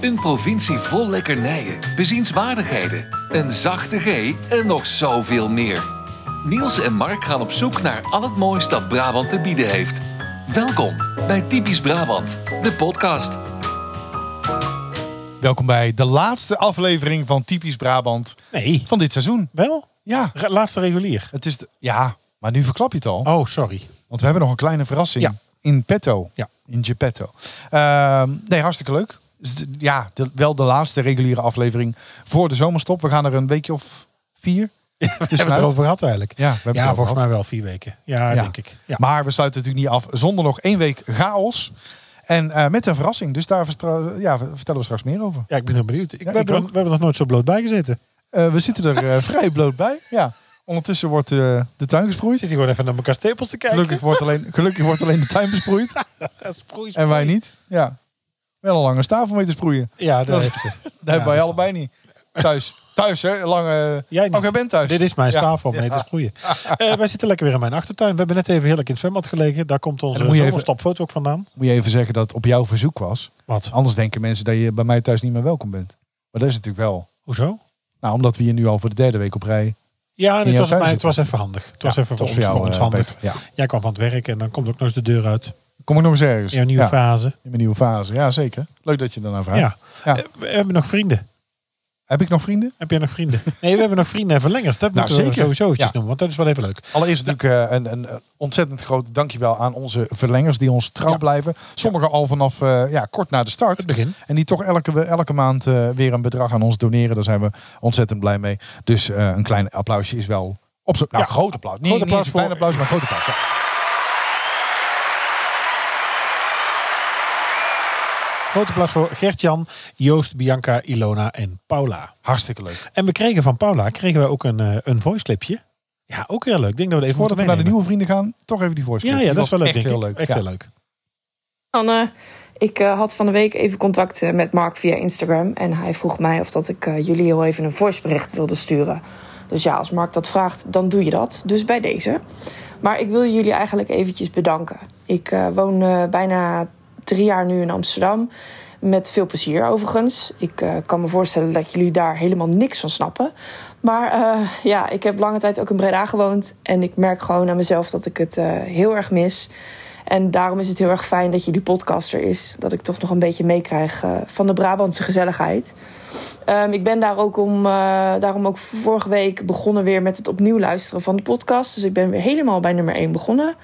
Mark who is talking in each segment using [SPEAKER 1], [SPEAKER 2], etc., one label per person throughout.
[SPEAKER 1] Een provincie vol lekkernijen, bezienswaardigheden, een zachte G en nog zoveel meer. Niels en Mark gaan op zoek naar al het moois dat Brabant te bieden heeft. Welkom bij Typisch Brabant, de podcast.
[SPEAKER 2] Welkom bij de laatste aflevering van Typisch Brabant
[SPEAKER 3] Nee,
[SPEAKER 2] van dit seizoen.
[SPEAKER 3] wel?
[SPEAKER 2] Ja,
[SPEAKER 3] Re- Laatste regulier.
[SPEAKER 2] het is. de- ja, maar nu verklap je het al.
[SPEAKER 3] Oh, sorry.
[SPEAKER 2] Want we hebben nog een kleine verrassing.
[SPEAKER 3] Ja.
[SPEAKER 2] In petto.
[SPEAKER 3] Ja.
[SPEAKER 2] In Geppetto. Ehm, nee, hartstikke leuk. Dus d- Ja, de- wel de laatste reguliere aflevering voor de zomerstop. We gaan er een weekje of vier.
[SPEAKER 3] we hebben het erover gehad eigenlijk.
[SPEAKER 2] Ja, we hebben het
[SPEAKER 3] ja
[SPEAKER 2] erover
[SPEAKER 3] volgens
[SPEAKER 2] gehad.
[SPEAKER 3] mij wel vier weken. Ja,
[SPEAKER 2] Ja.
[SPEAKER 3] denk ik. Ja.
[SPEAKER 2] Maar we sluiten natuurlijk niet af zonder nog één week chaos. En eh, met een verrassing. Dus daar verstra- ja, vertellen we straks meer over.
[SPEAKER 3] ja, ik ben heel benieuwd. Ik, we,
[SPEAKER 2] ik
[SPEAKER 3] hebben,
[SPEAKER 2] ook.
[SPEAKER 3] we hebben nog nooit zo bloot bij gezeten.
[SPEAKER 2] Eh, we zitten er eh, vrij bloot bij. Ja. Ondertussen wordt eh, de tuin
[SPEAKER 3] Ik zit
[SPEAKER 2] gesproeid.
[SPEAKER 3] hier gewoon even naar elkaar stapels te kijken.
[SPEAKER 2] Gelukkig wordt, alleen, gelukkig wordt alleen de tuin besproeid.
[SPEAKER 3] Gelukkig.
[SPEAKER 2] En wij niet. Ja. Wel een lange staaf mee te sproeien.
[SPEAKER 3] Ja, dat
[SPEAKER 2] Dat-
[SPEAKER 3] heeft ze.
[SPEAKER 2] Dat hebben wij
[SPEAKER 3] dat is
[SPEAKER 2] allebei niet. Thuis. Thuis, hè? Een Lange...
[SPEAKER 3] Jij niet.
[SPEAKER 2] Oh, jij bent thuis.
[SPEAKER 3] Dit is mijn
[SPEAKER 2] Ja.
[SPEAKER 3] staaf om mee te sproeien. Eh, wij zitten lekker weer in mijn achtertuin. We hebben net even heerlijk in het zwembad gelegen. Daar komt
[SPEAKER 2] En dan moet je
[SPEAKER 3] onze
[SPEAKER 2] even-
[SPEAKER 3] zomerstopfoto ook vandaan.
[SPEAKER 2] Moet je even zeggen dat het op jouw verzoek was.
[SPEAKER 3] Wat?
[SPEAKER 2] Anders denken mensen dat je bij mij thuis niet meer welkom bent. Maar dat is natuurlijk wel.
[SPEAKER 3] Hoezo?
[SPEAKER 2] Nou, omdat we hier nu al voor de derde week op rij.
[SPEAKER 3] Ja,
[SPEAKER 2] jouw
[SPEAKER 3] en het was,
[SPEAKER 2] tuin
[SPEAKER 3] maar het
[SPEAKER 2] zitten.
[SPEAKER 3] was even handig. Het was
[SPEAKER 2] Ja,
[SPEAKER 3] even
[SPEAKER 2] het
[SPEAKER 3] voor,
[SPEAKER 2] was
[SPEAKER 3] ons, voor
[SPEAKER 2] eh,
[SPEAKER 3] ons handig.
[SPEAKER 2] beter. Ja.
[SPEAKER 3] Jij kwam van het werk en dan komt ook nog eens de deur uit.
[SPEAKER 2] Kom ik nog eens ergens.
[SPEAKER 3] In een nieuwe
[SPEAKER 2] ja,
[SPEAKER 3] fase.
[SPEAKER 2] in mijn nieuwe fase. Ja, zeker. Leuk dat je daarna vraagt.
[SPEAKER 3] Ja.
[SPEAKER 2] Ja.
[SPEAKER 3] Eh, We hebben nog vrienden.
[SPEAKER 2] Heb ik nog vrienden?
[SPEAKER 3] Heb jij nog vrienden? Nee, we hebben nog vrienden en verlengers. Dat
[SPEAKER 2] Nou,
[SPEAKER 3] moeten we
[SPEAKER 2] zeker.
[SPEAKER 3] sowieso eventjes
[SPEAKER 2] Ja.
[SPEAKER 3] noemen, want dat is wel even leuk.
[SPEAKER 2] Allereerst natuurlijk eh, een, een eh, ontzettend groot dankjewel aan onze verlengers die ons trouw
[SPEAKER 3] Ja.
[SPEAKER 2] blijven. Sommigen al vanaf eh, ja, kort na de start.
[SPEAKER 3] Het begin.
[SPEAKER 2] En die toch elke, elke maand eh, weer een bedrag aan ons doneren. Daar zijn we ontzettend blij mee. Dus eh, een klein applausje is wel op zo'n... Nou,
[SPEAKER 3] Ja.
[SPEAKER 2] groot applaus. Niet,
[SPEAKER 3] Groot
[SPEAKER 2] niet eens
[SPEAKER 3] applaus
[SPEAKER 2] een klein
[SPEAKER 3] voor-
[SPEAKER 2] applaus, maar groot applaus. ja.
[SPEAKER 3] Grote plaats voor Gert-Jan, Joost, Bianca, Ilona en Paula.
[SPEAKER 2] Hartstikke leuk.
[SPEAKER 3] En we kregen van Paula kregen we ook een, eh, een voice clipje. Ja, ook heel leuk. Ik denk dat we het even
[SPEAKER 2] Voordat we naar de
[SPEAKER 3] moeten
[SPEAKER 2] nieuwe vrienden gaan, toch even die voice
[SPEAKER 3] meenemen.
[SPEAKER 2] clip.
[SPEAKER 3] Ja,
[SPEAKER 2] Die
[SPEAKER 3] ja, dat is wel
[SPEAKER 2] was
[SPEAKER 3] leuk,
[SPEAKER 2] echt
[SPEAKER 3] denk
[SPEAKER 2] heel
[SPEAKER 3] ik.
[SPEAKER 2] leuk.
[SPEAKER 3] Echt
[SPEAKER 2] ja.
[SPEAKER 3] heel leuk.
[SPEAKER 4] Anne, ik eh, had van de week even contact eh, met Mark via Instagram. En hij vroeg mij of dat ik eh, jullie heel even een voicebericht wilde sturen. Dus ja, als Mark dat vraagt, dan doe je dat. Dus bij deze. Maar ik wil jullie eigenlijk eventjes bedanken. Ik eh, woon eh, bijna drie jaar nu in Amsterdam. Met veel plezier overigens. Ik eh, kan me voorstellen dat jullie daar helemaal niks van snappen. Maar eh, ja, ik heb lange tijd ook in Breda gewoond. En ik merk gewoon aan mezelf dat ik het eh, heel erg mis. En daarom is het heel erg fijn dat jullie podcaster is. Dat ik toch nog een beetje meekrijg eh, van de Brabantse gezelligheid. Ehm, ik ben daar ook om, eh, daarom ook vorige week begonnen weer met het opnieuw luisteren van de podcast. Dus ik ben weer helemaal bij nummer 1 begonnen.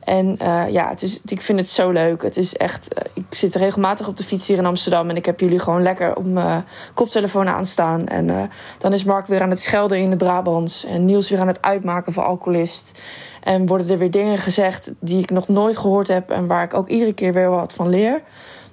[SPEAKER 4] En eh, ja, het is, ik vind het zo leuk. Het is echt, eh, ik zit regelmatig op de fiets hier in Amsterdam. En ik heb jullie gewoon lekker op mijn koptelefoon aanstaan. En eh, dan is Mark weer aan het schelden in de Brabants. En Niels weer aan het uitmaken van alcoholist. En worden er weer dingen gezegd die ik nog nooit gehoord heb. En waar ik ook iedere keer weer wat van leer.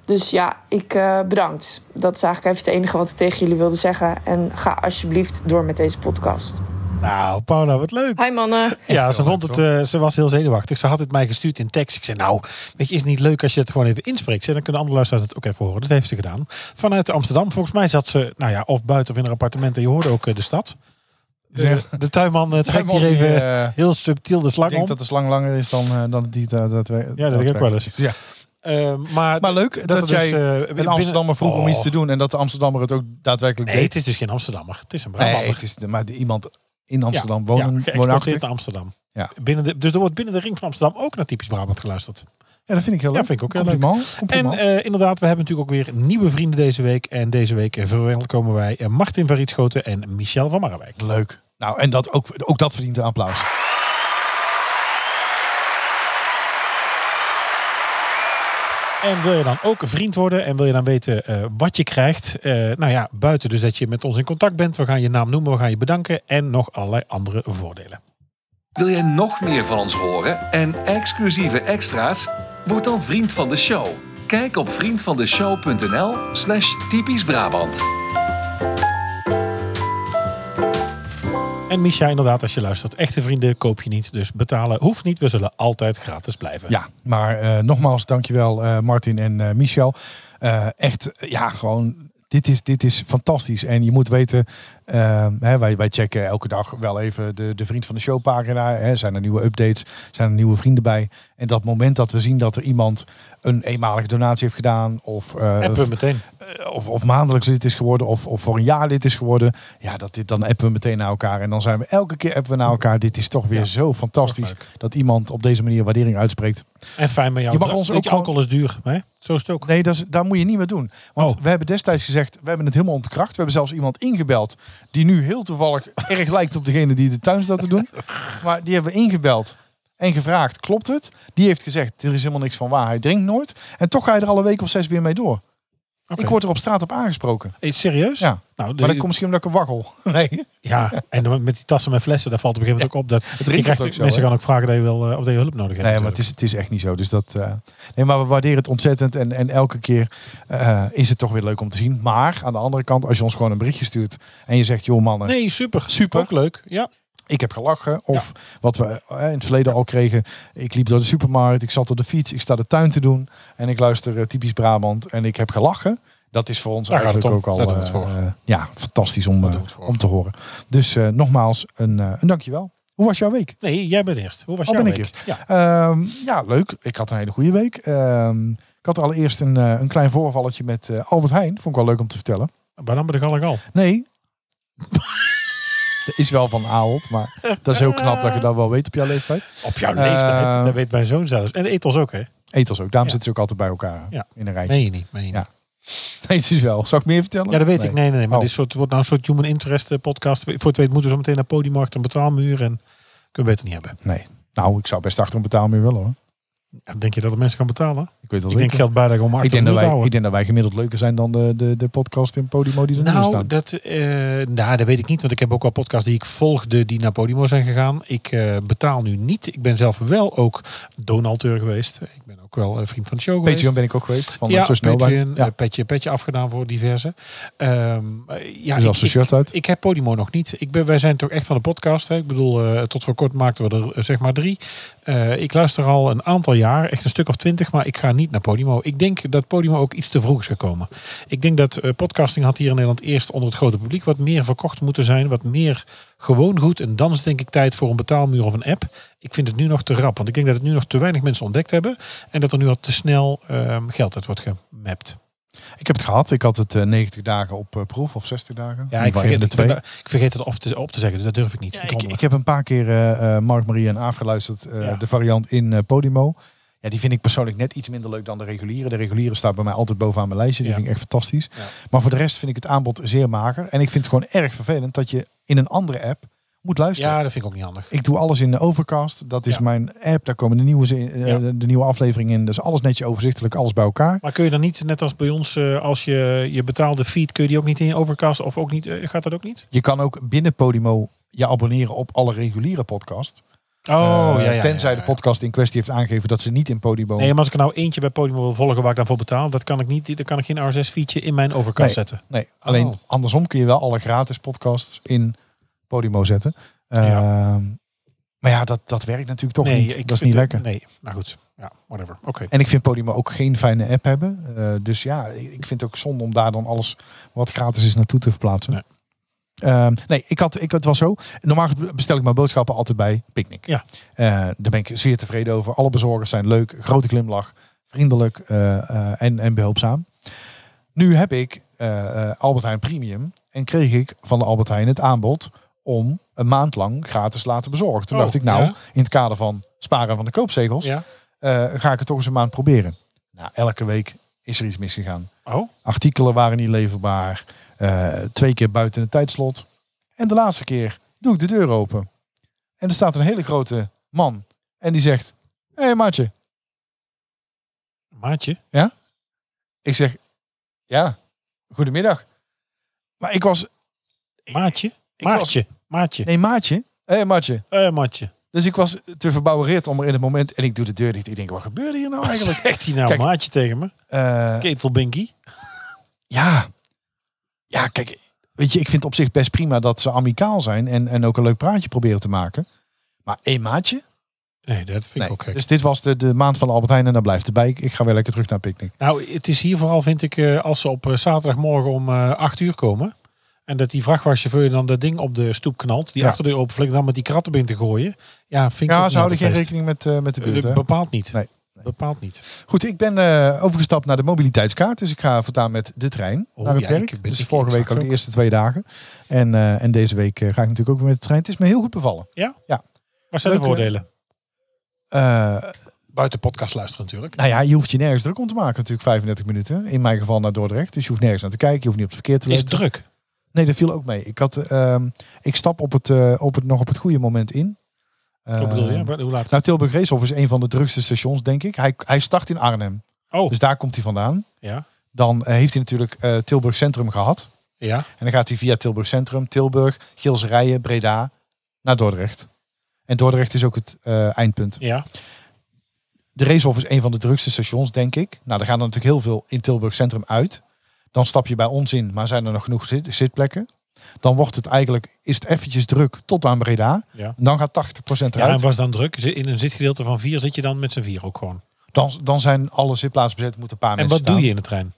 [SPEAKER 4] Dus ja, ik eh, bedankt. Dat is eigenlijk even het enige wat ik tegen jullie wilde zeggen. En ga alsjeblieft door met deze podcast.
[SPEAKER 3] Nou, Paula, wat leuk.
[SPEAKER 4] Hi mannen.
[SPEAKER 3] Ja,
[SPEAKER 2] heel
[SPEAKER 3] ze, vond
[SPEAKER 2] leuk,
[SPEAKER 3] het, eh, ze was heel zenuwachtig. Ze had het mij gestuurd in tekst. Ik zei, nou, weet je, is het niet leuk als je het gewoon even inspreekt? Ik zei, dan kunnen andere luisteraars het ook even horen. Dus dat heeft ze gedaan. Vanuit Amsterdam, volgens mij zat ze, nou ja, of buiten of in haar appartement. En je hoorde ook eh, de stad.
[SPEAKER 2] Zeg,
[SPEAKER 3] De, de tuinman eh, trekt
[SPEAKER 2] Raymond,
[SPEAKER 3] hier
[SPEAKER 2] die,
[SPEAKER 3] even
[SPEAKER 2] eh,
[SPEAKER 3] heel subtiel de
[SPEAKER 2] ik
[SPEAKER 3] slang om.
[SPEAKER 2] denk dat de slang langer is dan, eh, dan die eh, dat we.
[SPEAKER 3] ja, dat denk ik ook wel eens.
[SPEAKER 2] Ja.
[SPEAKER 3] Eh, maar,
[SPEAKER 2] Maar leuk dat,
[SPEAKER 3] er
[SPEAKER 2] jij
[SPEAKER 3] dus, eh,
[SPEAKER 2] een
[SPEAKER 3] binnen-
[SPEAKER 2] Amsterdammer vroeg om
[SPEAKER 3] Oh.
[SPEAKER 2] iets te doen en dat de Amsterdammer het ook daadwerkelijk
[SPEAKER 3] Nee,
[SPEAKER 2] deed.
[SPEAKER 3] het is dus geen Amsterdammer. Het is een Brabander.
[SPEAKER 2] Nee, het is de- maar die iemand in Amsterdam
[SPEAKER 3] Ja, ja,
[SPEAKER 2] wonen,
[SPEAKER 3] geëxporteerd
[SPEAKER 2] woonachtig.
[SPEAKER 3] naar Amsterdam.
[SPEAKER 2] Ja.
[SPEAKER 3] Binnen de, dus er wordt binnen de ring van Amsterdam ook naar typisch Brabant geluisterd.
[SPEAKER 2] Ja, dat vind ik heel
[SPEAKER 3] Ja,
[SPEAKER 2] leuk.
[SPEAKER 3] vind ik ook heel leuk.
[SPEAKER 2] compliment,
[SPEAKER 3] En
[SPEAKER 2] Compliment.
[SPEAKER 3] eh, inderdaad, we hebben natuurlijk ook weer nieuwe vrienden deze week. En deze week eh, verwelkomen wij eh, Martin van Rietschoten en Michel van Marrewijk.
[SPEAKER 2] leuk. Nou, en dat ook, ook dat verdient een applaus.
[SPEAKER 3] En wil je dan ook vriend worden en wil je dan weten eh, wat je krijgt? Eh, nou ja, buiten dus dat je met ons in contact bent. We gaan je naam noemen, we gaan je bedanken en nog allerlei andere voordelen.
[SPEAKER 1] Wil jij nog meer van ons horen en exclusieve extra's? Word dan vriend van de show. Kijk op vriendvandeshow.nl slash typisch Brabant.
[SPEAKER 3] En Micha, inderdaad, als je luistert, echte vrienden koop je niet. Dus betalen hoeft niet. We zullen altijd gratis blijven.
[SPEAKER 2] Ja, maar eh, nogmaals, dankjewel eh Martin en eh, Michel. Eh, echt, ja, gewoon, dit is, dit is fantastisch. En je moet weten, eh, hè, wij, wij checken elke dag wel even de, de Vriend van de Show pagina. Hè, zijn er nieuwe updates, zijn er nieuwe vrienden bij. En dat moment dat we zien dat er iemand een eenmalige donatie heeft gedaan... of eh,
[SPEAKER 3] Appen we meteen.
[SPEAKER 2] eh, of, of maandelijks lid is geworden, of, of voor een jaar lid is geworden. Ja, dat dit, dan appen we meteen naar elkaar. En dan zijn we elke keer appen we naar elkaar. Dit is toch weer
[SPEAKER 3] Ja,
[SPEAKER 2] zo fantastisch
[SPEAKER 3] toch leuk.
[SPEAKER 2] dat iemand op deze manier waardering uitspreekt.
[SPEAKER 3] En fijn met jou.
[SPEAKER 2] Je mag ons ook
[SPEAKER 3] Weet je, alcohol is duur. Hè? Zo is het ook.
[SPEAKER 2] Nee, dat, is- daar moet je niet meer doen. Want
[SPEAKER 3] Oh.
[SPEAKER 2] we hebben destijds gezegd, we hebben het helemaal ontkracht. We hebben zelfs iemand ingebeld die nu heel toevallig erg lijkt op degene die de tuin staat te doen. Maar die hebben we ingebeld en gevraagd, klopt het? Die heeft gezegd, er is helemaal niks van waar, hij drinkt nooit. En toch ga je er alle week of zes weer mee door.
[SPEAKER 3] Oké.
[SPEAKER 2] Ik word er op straat op aangesproken.
[SPEAKER 3] Iets serieus?
[SPEAKER 2] Ja.
[SPEAKER 3] Nou, de-
[SPEAKER 2] Maar dat komt misschien omdat ik een waggel. Nee.
[SPEAKER 3] ja, en dan met die tassen en flessen, daar valt op een gegeven moment ook op. Dat,
[SPEAKER 2] rinkelt
[SPEAKER 3] je krijgt,
[SPEAKER 2] ook zo,
[SPEAKER 3] mensen
[SPEAKER 2] hè?
[SPEAKER 3] gaan ook vragen dat je wel, eh, of dat je hulp nodig hebt.
[SPEAKER 2] Nee, maar het
[SPEAKER 3] natuurlijk.
[SPEAKER 2] is, het is echt niet zo. Dus dat, eh, nee, maar we waarderen het ontzettend. En, en elke keer eh, is het toch weer leuk om te zien. Maar aan de andere kant, als je ons gewoon een berichtje stuurt. en je zegt, joh mannen,
[SPEAKER 3] Nee, super.
[SPEAKER 2] Super.
[SPEAKER 3] Ook leuk. Ja.
[SPEAKER 2] ik heb gelachen. Of wat we eh, in het verleden al kregen. Ik liep door de supermarkt, ik zat op de fiets, ik sta de tuin te doen. En ik luister eh, typisch Brabant en ik heb gelachen. Dat is voor ons
[SPEAKER 3] Daar gaat het
[SPEAKER 2] eigenlijk ook
[SPEAKER 3] om.
[SPEAKER 2] al
[SPEAKER 3] Daar doen we het
[SPEAKER 2] eh,
[SPEAKER 3] voor.
[SPEAKER 2] eh, ja, fantastisch om, eh,
[SPEAKER 3] doen we het voor.
[SPEAKER 2] om te horen. Dus eh, nogmaals, een, eh, een dankjewel. Hoe was jouw week?
[SPEAKER 3] Nee, jij bent eerst. Hoe was
[SPEAKER 2] Oh,
[SPEAKER 3] jouw
[SPEAKER 2] ben ik
[SPEAKER 3] week?
[SPEAKER 2] eerst?
[SPEAKER 3] Ja.
[SPEAKER 2] Ehm, ja, leuk. Ik had een hele goede week. Ehm, ik had allereerst een, eh, een klein voorvalletje met eh, Albert Heijn. Vond ik wel leuk om te vertellen.
[SPEAKER 3] Maar dan ben ik al en al.
[SPEAKER 2] Nee. Dat is wel van Ahold, maar dat is heel knap dat je dat wel weet op jouw leeftijd.
[SPEAKER 3] Op jouw
[SPEAKER 2] Eh,
[SPEAKER 3] leeftijd. dat weet mijn zoon zelfs. En etels ook, hè?
[SPEAKER 2] Etels ook, daarom
[SPEAKER 3] Ja.
[SPEAKER 2] zitten ze ook altijd bij elkaar
[SPEAKER 3] Ja.
[SPEAKER 2] in een rijtje.
[SPEAKER 3] Meen je niet. Meen je
[SPEAKER 2] Ja.
[SPEAKER 3] niet.
[SPEAKER 2] Nee, het is wel. Zal ik meer vertellen?
[SPEAKER 3] Ja, dat weet ik. Nee, nee, nee. Maar
[SPEAKER 2] Oh.
[SPEAKER 3] dit soort, wordt nou een soort human interest eh, podcast. Voor het weet moeten we zo meteen naar Podimarkt en betaalmuur. En kunnen we het niet hebben.
[SPEAKER 2] Nee. Nou, ik zou best achter een betaalmuur willen hoor.
[SPEAKER 3] Ja, denk je dat de mensen gaan betalen?
[SPEAKER 2] Ik weet wel
[SPEAKER 3] Ik denk
[SPEAKER 2] zeker.
[SPEAKER 3] geld bijdragen om
[SPEAKER 2] ik,
[SPEAKER 3] achter
[SPEAKER 2] denk dat
[SPEAKER 3] te
[SPEAKER 2] wij,
[SPEAKER 3] houden.
[SPEAKER 2] ik denk dat wij gemiddeld leuker zijn dan de, de, de podcast in Podimo die er nu in
[SPEAKER 3] Nou,
[SPEAKER 2] staan.
[SPEAKER 3] dat, eh, nou, dat weet ik niet. Want ik heb ook wel podcasts die ik volgde die naar Podimo zijn gegaan. Ik eh, betaal nu niet. Ik ben zelf wel ook donateur geweest. Ik ben ook wel eh, vriend van de show geweest.
[SPEAKER 2] Patreon ben ik ook geweest. Van
[SPEAKER 3] ja,
[SPEAKER 2] ja, Tussen
[SPEAKER 3] Patreon,
[SPEAKER 2] Ja.
[SPEAKER 3] eh, petje, petje afgedaan voor diverse. Ehm, eh, ja,
[SPEAKER 2] Dus als zijn
[SPEAKER 3] ik,
[SPEAKER 2] shirt uit.
[SPEAKER 3] ik, ik heb Podimo nog niet. Ik ben, wij zijn toch echt van de podcast. Hè? Ik bedoel, eh, tot voor kort maakten we er eh, zeg maar drie. Eh, ik luister al een aantal jaar, echt een stuk of twintig, maar ik ga niet naar Podimo. Ik denk dat Podimo ook iets te vroeg is gekomen. Ik denk dat eh, podcasting had hier in Nederland eerst onder het grote publiek wat meer verkocht moeten zijn, wat meer gewoon goed. En dan is denk ik tijd voor een betaalmuur of een app. Ik vind het nu nog te rap, want ik denk dat het nu nog te weinig mensen ontdekt hebben en dat er nu al te snel ehm, geld uit wordt gemapt.
[SPEAKER 2] Ik heb het gehad. Ik had het eh, 90 dagen op eh, proef of 60 dagen.
[SPEAKER 3] Ja,
[SPEAKER 2] Een
[SPEAKER 3] ik
[SPEAKER 2] van
[SPEAKER 3] vergeet,
[SPEAKER 2] de
[SPEAKER 3] ik, ben daar- ik vergeet het op te, op te zeggen, dus dat durf ik niet.
[SPEAKER 2] Ja,
[SPEAKER 3] Ik
[SPEAKER 2] ik,
[SPEAKER 3] rommel.
[SPEAKER 2] ik heb een paar keer eh, eh, Mark, Marie en Aaf geluisterd. eh,
[SPEAKER 3] Ja.
[SPEAKER 2] De variant in eh, Podimo. Ja, die vind ik persoonlijk net iets minder leuk dan de reguliere. De reguliere staat bij mij altijd bovenaan mijn lijstje. Die
[SPEAKER 3] Ja.
[SPEAKER 2] vind ik echt fantastisch.
[SPEAKER 3] Ja.
[SPEAKER 2] Maar voor de rest vind ik het aanbod zeer mager. En ik vind het gewoon erg vervelend dat je in een andere app moet luisteren.
[SPEAKER 3] ja, dat vind ik ook niet handig.
[SPEAKER 2] Ik doe alles in de Overcast. Dat is
[SPEAKER 3] Ja.
[SPEAKER 2] mijn app. Daar komen de nieuwe, zin- eh,
[SPEAKER 3] Ja.
[SPEAKER 2] de nieuwe afleveringen in. Dus alles netjes overzichtelijk, alles bij elkaar.
[SPEAKER 3] Maar kun je dan niet, net als bij ons, eh, als je je betaalde feed, kun je die ook niet in je overcast of ook niet, eh, gaat dat ook niet?
[SPEAKER 2] Je kan ook binnen Podimo je abonneren op alle reguliere podcasts.
[SPEAKER 3] Oh,
[SPEAKER 2] Eh, tenzij de podcast in kwestie heeft aangegeven dat ze niet in Podimo
[SPEAKER 3] Nee, maar als ik er nou eentje bij Podimo wil volgen waar ik dan voor betaal, dat kan ik niet, dan kan ik geen RSS-feedje in mijn overcast
[SPEAKER 2] Nee.
[SPEAKER 3] zetten.
[SPEAKER 2] Nee, alleen
[SPEAKER 3] Oh.
[SPEAKER 2] andersom kun je wel alle gratis podcasts in Podimo zetten.
[SPEAKER 3] Ja.
[SPEAKER 2] Ehm, maar ja, dat, dat werkt natuurlijk toch
[SPEAKER 3] nee,
[SPEAKER 2] niet.
[SPEAKER 3] ik
[SPEAKER 2] dat is
[SPEAKER 3] vind
[SPEAKER 2] niet
[SPEAKER 3] het-
[SPEAKER 2] lekker.
[SPEAKER 3] Nee, nou goed. Ja, whatever. Oké.
[SPEAKER 2] En ik vind Podimo ook geen fijne app hebben. Eh, dus ja, ik vind het ook zonde om daar dan alles wat gratis is naartoe te verplaatsen.
[SPEAKER 3] Nee.
[SPEAKER 2] Ehm, nee, ik had, ik, het was zo. Normaal bestel ik mijn boodschappen altijd bij Picnic.
[SPEAKER 3] Ja.
[SPEAKER 2] Eh, daar ben ik zeer tevreden over. Alle bezorgers zijn leuk, grote glimlach, vriendelijk eh, eh, en, en behulpzaam. Nu heb ik eh, eh, Albert Heijn Premium en kreeg ik van de Albert Heijn het aanbod om een maand lang gratis te laten bezorgen. Toen
[SPEAKER 3] Oh,
[SPEAKER 2] dacht ik, nou,
[SPEAKER 3] ja.
[SPEAKER 2] in het kader van sparen van de koopzegels,
[SPEAKER 3] Ja.
[SPEAKER 2] eh, ga ik het toch eens een maand proberen. Nou, elke week is er iets misgegaan.
[SPEAKER 3] Oh,
[SPEAKER 2] Artikelen waren niet leverbaar. eh, twee keer buiten het tijdslot. En de laatste keer doe ik de deur open. En er staat een hele grote man. En die zegt, hé hey, maatje.
[SPEAKER 3] maatje.
[SPEAKER 2] Ik zeg, ja, goedemiddag. Maar ik was,
[SPEAKER 3] Maatje.
[SPEAKER 2] ik was
[SPEAKER 3] Maatje. Maatje.
[SPEAKER 2] nee maatje, hé hey, maatje.
[SPEAKER 3] Eh, maatje.
[SPEAKER 2] Dus ik was te verbouwereerd om er in het moment. En ik doe de deur dicht. Ik denk, wat gebeurde hier nou eigenlijk?
[SPEAKER 3] Zegt hij nou
[SPEAKER 2] Kijk.
[SPEAKER 3] maatje tegen me?
[SPEAKER 2] Eh,
[SPEAKER 3] Ketelbinkie.
[SPEAKER 2] Ja. Ja, kijk. Weet je, ik vind op zich best prima dat ze amicaal zijn. En, en ook een leuk praatje proberen te maken. Maar één maatje?
[SPEAKER 3] Nee, dat vind ik
[SPEAKER 2] Nee.
[SPEAKER 3] ook gek.
[SPEAKER 2] Dus dit was de, de maand van Albert Heijn en daar blijft het bij. Ik, ik ga weer lekker terug naar Picnic.
[SPEAKER 3] Nou, het is hier vooral, vind ik, eh, als ze op eh, zaterdagmorgen om eh 8 uur komen. En dat die vrachtwagenchauffeur dan dat ding op de stoep knalt. Die
[SPEAKER 2] Ja.
[SPEAKER 3] achter de open dan met die kratten binnen te gooien. Ja, vind ik ook
[SPEAKER 2] Ja,
[SPEAKER 3] niet
[SPEAKER 2] ze houden geen
[SPEAKER 3] altijd best.
[SPEAKER 2] rekening met, eh, met de buurt.
[SPEAKER 3] Eh,
[SPEAKER 2] hè?
[SPEAKER 3] Bepaald niet.
[SPEAKER 2] Nee.
[SPEAKER 3] Bepaald niet.
[SPEAKER 2] Goed, ik ben eh, overgestapt naar de mobiliteitskaart. Dus ik ga vandaan met de trein
[SPEAKER 3] Oh,
[SPEAKER 2] naar het
[SPEAKER 3] ja,
[SPEAKER 2] werk.
[SPEAKER 3] ik ben-
[SPEAKER 2] dus
[SPEAKER 3] ik-
[SPEAKER 2] vorige
[SPEAKER 3] ik
[SPEAKER 2] week ook
[SPEAKER 3] straks
[SPEAKER 2] de
[SPEAKER 3] ook.
[SPEAKER 2] eerste twee dagen. En, eh, en deze week eh, ga ik natuurlijk ook weer met de trein. Het is me heel goed bevallen.
[SPEAKER 3] Waar zijn de
[SPEAKER 2] Leuk, hè?
[SPEAKER 3] voordelen?
[SPEAKER 2] Eh,
[SPEAKER 3] Buiten podcast luisteren natuurlijk.
[SPEAKER 2] nou ja, je hoeft je nergens druk om te maken natuurlijk. 35 minuten, in mijn geval naar Dordrecht. Dus je hoeft nergens naar te kijken. Je hoeft niet op het verkeer te
[SPEAKER 3] Is
[SPEAKER 2] letten.
[SPEAKER 3] het druk?
[SPEAKER 2] Nee, dat viel ook mee. Ik, had, ehm, ik stap op het, eh, op het, nog op het goede moment in.
[SPEAKER 3] Wat bedoel
[SPEAKER 2] Eh,
[SPEAKER 3] je? Wat- Hoe laat?
[SPEAKER 2] Nou, Tilburg Reeshof is een van de drukste stations, denk ik. Hij, hij start in Arnhem.
[SPEAKER 3] oh,
[SPEAKER 2] Dus daar komt hij vandaan.
[SPEAKER 3] ja.
[SPEAKER 2] Dan eh, heeft hij natuurlijk eh, Tilburg Centrum gehad.
[SPEAKER 3] Ja.
[SPEAKER 2] En dan gaat hij via Tilburg Centrum, Tilburg, Gilserijen, Breda naar Dordrecht. En Dordrecht is ook het eh, eindpunt.
[SPEAKER 3] Ja.
[SPEAKER 2] De Reeshof is een van de drukste stations, denk ik. Nou, er gaan er natuurlijk heel veel in Tilburg Centrum uit. Dan stap je bij ons in, maar zijn er nog genoeg zit- zitplekken? Dan wordt het eigenlijk, is het eventjes druk tot aan Breda.
[SPEAKER 3] Ja.
[SPEAKER 2] En dan gaat 80%
[SPEAKER 3] ja. En
[SPEAKER 2] eruit.
[SPEAKER 3] was dan druk? Zit- In een zitgedeelte van vier zit je dan met z'n vier ook gewoon.
[SPEAKER 2] Dan, dan zijn alle zitplaatsen bezet, moeten een paar
[SPEAKER 3] en
[SPEAKER 2] mensen
[SPEAKER 3] wat
[SPEAKER 2] staan.
[SPEAKER 3] doe je in de trein?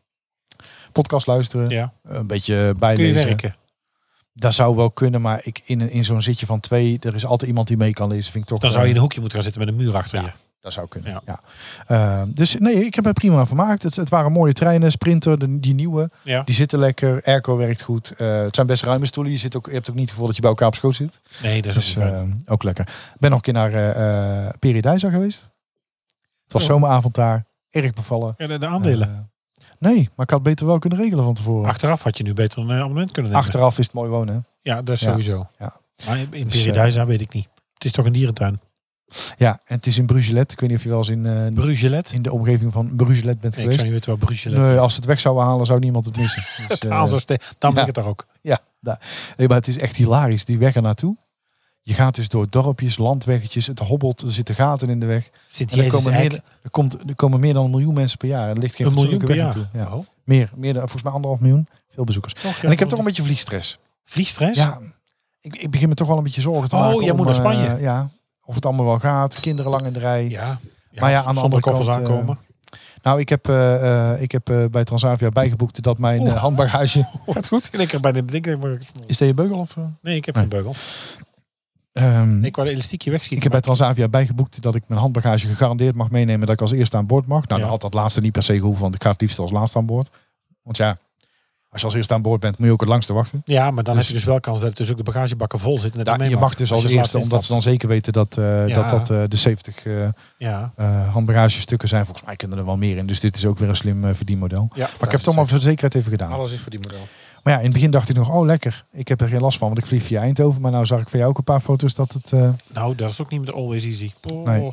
[SPEAKER 2] Podcast luisteren,
[SPEAKER 3] Ja.
[SPEAKER 2] een beetje
[SPEAKER 3] Kun je
[SPEAKER 2] bijlezen.
[SPEAKER 3] werken?
[SPEAKER 2] Dat zou wel kunnen, maar ik, in, een- in zo'n zitje van twee, er is altijd iemand die mee kan lezen. Vind ik toch
[SPEAKER 3] Dan zou
[SPEAKER 2] eh,
[SPEAKER 3] je in een hoekje moeten gaan zitten met een muur achter je.
[SPEAKER 2] Dat zou kunnen. Ja.
[SPEAKER 3] Ja.
[SPEAKER 2] Ehm, dus nee, ik heb er prima van gemaakt. Het, het waren mooie treinen, Sprinter, de, die nieuwe.
[SPEAKER 3] Ja.
[SPEAKER 2] Die zitten lekker, airco werkt goed. Eh, het zijn best ruime stoelen. Je, zit ook, je hebt ook niet het gevoel dat je bij elkaar op schoot zit.
[SPEAKER 3] Nee, dat is
[SPEAKER 2] Dus
[SPEAKER 3] ook niet fijn.
[SPEAKER 2] ehm, ook lekker. Ik ben nog een keer naar eh eh Peridijsa geweest. Het was
[SPEAKER 3] Oh.
[SPEAKER 2] zomeravond daar. Erg bevallen.
[SPEAKER 3] Ja, eh, de, de aandelen.
[SPEAKER 2] Eh, nee, maar ik had beter wel kunnen regelen van tevoren.
[SPEAKER 3] Achteraf had je nu beter een eh, abonnement kunnen nemen.
[SPEAKER 2] Achteraf is het mooi wonen. hè?
[SPEAKER 3] Ja, dat is
[SPEAKER 2] Ja.
[SPEAKER 3] sowieso.
[SPEAKER 2] Ja.
[SPEAKER 3] Maar in in
[SPEAKER 2] Dus, eh,
[SPEAKER 3] Paradijsa weet ik niet. Het is toch een dierentuin?
[SPEAKER 2] Ja, en het is in Brugelet. Ik weet niet of je wel eens in, eh,
[SPEAKER 3] Brugelet?
[SPEAKER 2] in de omgeving van Brugelet bent
[SPEAKER 3] Nee, ik zou
[SPEAKER 2] geweest.
[SPEAKER 3] niet weten waar Brugelet
[SPEAKER 2] Nee,
[SPEAKER 3] is.
[SPEAKER 2] als ze het weg zouden halen, zou niemand het missen. Dus,
[SPEAKER 3] Het
[SPEAKER 2] eh,
[SPEAKER 3] aan zou ste- dan ben
[SPEAKER 2] ja.
[SPEAKER 3] ik het daar ook.
[SPEAKER 2] Nee, maar het is echt hilarisch, die weg er naartoe. Je gaat dus door dorpjes, landweggetjes, het hobbelt, er zitten gaten in de weg.
[SPEAKER 3] Sint
[SPEAKER 2] En er,
[SPEAKER 3] Jezus
[SPEAKER 2] komen
[SPEAKER 3] Eik.
[SPEAKER 2] meer, er, komt, er komen meer dan een miljoen mensen per jaar. Er ligt geen
[SPEAKER 3] Een miljoen
[SPEAKER 2] fatsoenlijke
[SPEAKER 3] per
[SPEAKER 2] weg
[SPEAKER 3] jaar?
[SPEAKER 2] naartoe. Ja.
[SPEAKER 3] Oh.
[SPEAKER 2] Meer, meer dan, volgens mij anderhalf miljoen. Veel bezoekers.
[SPEAKER 3] Toch, ja,
[SPEAKER 2] en ik heb
[SPEAKER 3] dan-
[SPEAKER 2] toch een beetje vliegstress.
[SPEAKER 3] Vliegstress?
[SPEAKER 2] Ja, ik, ik begin me toch wel een beetje zorgen te
[SPEAKER 3] Oh,
[SPEAKER 2] maken.
[SPEAKER 3] jij
[SPEAKER 2] om,
[SPEAKER 3] moet naar
[SPEAKER 2] eh,
[SPEAKER 3] Spanje.
[SPEAKER 2] ja, of het allemaal wel gaat. Kinderen lang in de rij.
[SPEAKER 3] ja.
[SPEAKER 2] Maar ja, aan de
[SPEAKER 3] zonder
[SPEAKER 2] andere
[SPEAKER 3] koffers
[SPEAKER 2] kant, eh,
[SPEAKER 3] aankomen.
[SPEAKER 2] Nou, ik heb, eh, eh, ik heb eh, bij Transavia bijgeboekt dat mijn
[SPEAKER 3] Oeh.
[SPEAKER 2] eh, handbagage...
[SPEAKER 3] Gaat goed. En ik heb bij de bedenking. maar-
[SPEAKER 2] Is dat je beugel? Of, eh?
[SPEAKER 3] Nee, ik heb
[SPEAKER 2] Nee.
[SPEAKER 3] geen beugel.
[SPEAKER 2] Ehm,
[SPEAKER 3] Nee, ik wou de elastiekje wegschieten.
[SPEAKER 2] Ik heb bij Transavia bijgeboekt dat ik mijn handbagage gegarandeerd mag meenemen. Dat ik als eerste aan boord mag. Nou,
[SPEAKER 3] Ja.
[SPEAKER 2] dan had dat laatste niet per se gehoeven. Want ik ga het liefst als laatste aan boord. Want ja, als je als eerste aan boord bent, moet je ook het langste wachten.
[SPEAKER 3] ja, maar dan
[SPEAKER 2] Dus-
[SPEAKER 3] heb je dus wel kans dat het dus ook de bagagebakken vol zitten. en dat
[SPEAKER 2] Ja,
[SPEAKER 3] mee
[SPEAKER 2] je mag dus als,
[SPEAKER 3] je
[SPEAKER 2] eerste,
[SPEAKER 3] laatste
[SPEAKER 2] omdat ze dan zeker weten dat eh,
[SPEAKER 3] Ja.
[SPEAKER 2] dat, dat eh, de 70 eh
[SPEAKER 3] instapt. Ja,
[SPEAKER 2] eh, handbagagestukken zijn. Volgens mij kunnen er wel meer in. Dus dit is ook weer een slim eh, verdienmodel.
[SPEAKER 3] ja.
[SPEAKER 2] Maar ik heb het allemaal voor de zekerheid even gedaan.
[SPEAKER 3] Alles is voor die model.
[SPEAKER 2] Maar ja, in het begin dacht ik nog, oh lekker. Ik heb er geen last van, want ik vlieg via Eindhoven. Maar nou zag ik van jou ook een paar foto's dat het... eh,
[SPEAKER 3] Nou, dat is ook niet meer de always easy. Oh.
[SPEAKER 2] Nee.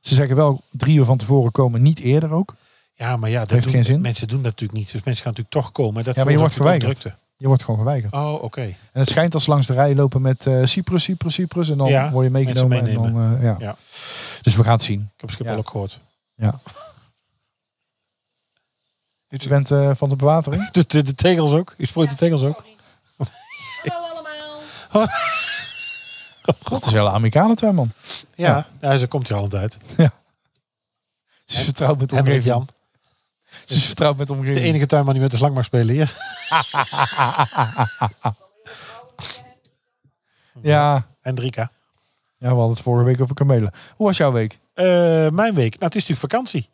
[SPEAKER 2] ze zeggen wel drie uur van tevoren komen, niet eerder ook.
[SPEAKER 3] Ja, maar ja, dat
[SPEAKER 2] Heeft
[SPEAKER 3] doen-
[SPEAKER 2] geen zin.
[SPEAKER 3] mensen doen dat natuurlijk niet. Dus mensen gaan natuurlijk toch komen. Dat
[SPEAKER 2] Ja, maar je
[SPEAKER 3] veroorzaakt
[SPEAKER 2] wordt
[SPEAKER 3] natuurlijk ook
[SPEAKER 2] Je wordt gewoon geweigerd.
[SPEAKER 3] drukte. Oh, oké.
[SPEAKER 2] En het schijnt als ze langs de rij lopen met eh, Cyprus, Cyprus, Cyprus. En dan
[SPEAKER 3] Ja,
[SPEAKER 2] word je meegenomen. En
[SPEAKER 3] mensen
[SPEAKER 2] dan, eh, ja.
[SPEAKER 3] Ja.
[SPEAKER 2] Dus we gaan het zien.
[SPEAKER 3] Ik heb Schiphol
[SPEAKER 2] Ja.
[SPEAKER 3] ook gehoord.
[SPEAKER 2] Je bent eh, van de bewatering.
[SPEAKER 3] De, de, de tegels ook. U sproeit de tegels ook.
[SPEAKER 4] Hallo allemaal.
[SPEAKER 2] Dat is een hele Amerikanen tuin, man.
[SPEAKER 3] Ja, ja. ze komt hier al een tijd.
[SPEAKER 2] Ze is vertrouwd met de
[SPEAKER 3] Hendrik
[SPEAKER 2] omgeving.
[SPEAKER 3] Jan.
[SPEAKER 2] Ze is vertrouwd met de
[SPEAKER 3] De
[SPEAKER 2] omgeving.
[SPEAKER 3] enige tuinman die met de slang mag spelen hier.
[SPEAKER 2] Ja.
[SPEAKER 3] Hendrika.
[SPEAKER 2] ja, we hadden het vorige week over kamelen. Hoe was jouw week?
[SPEAKER 3] Eh, mijn week. Nou, het is natuurlijk vakantie.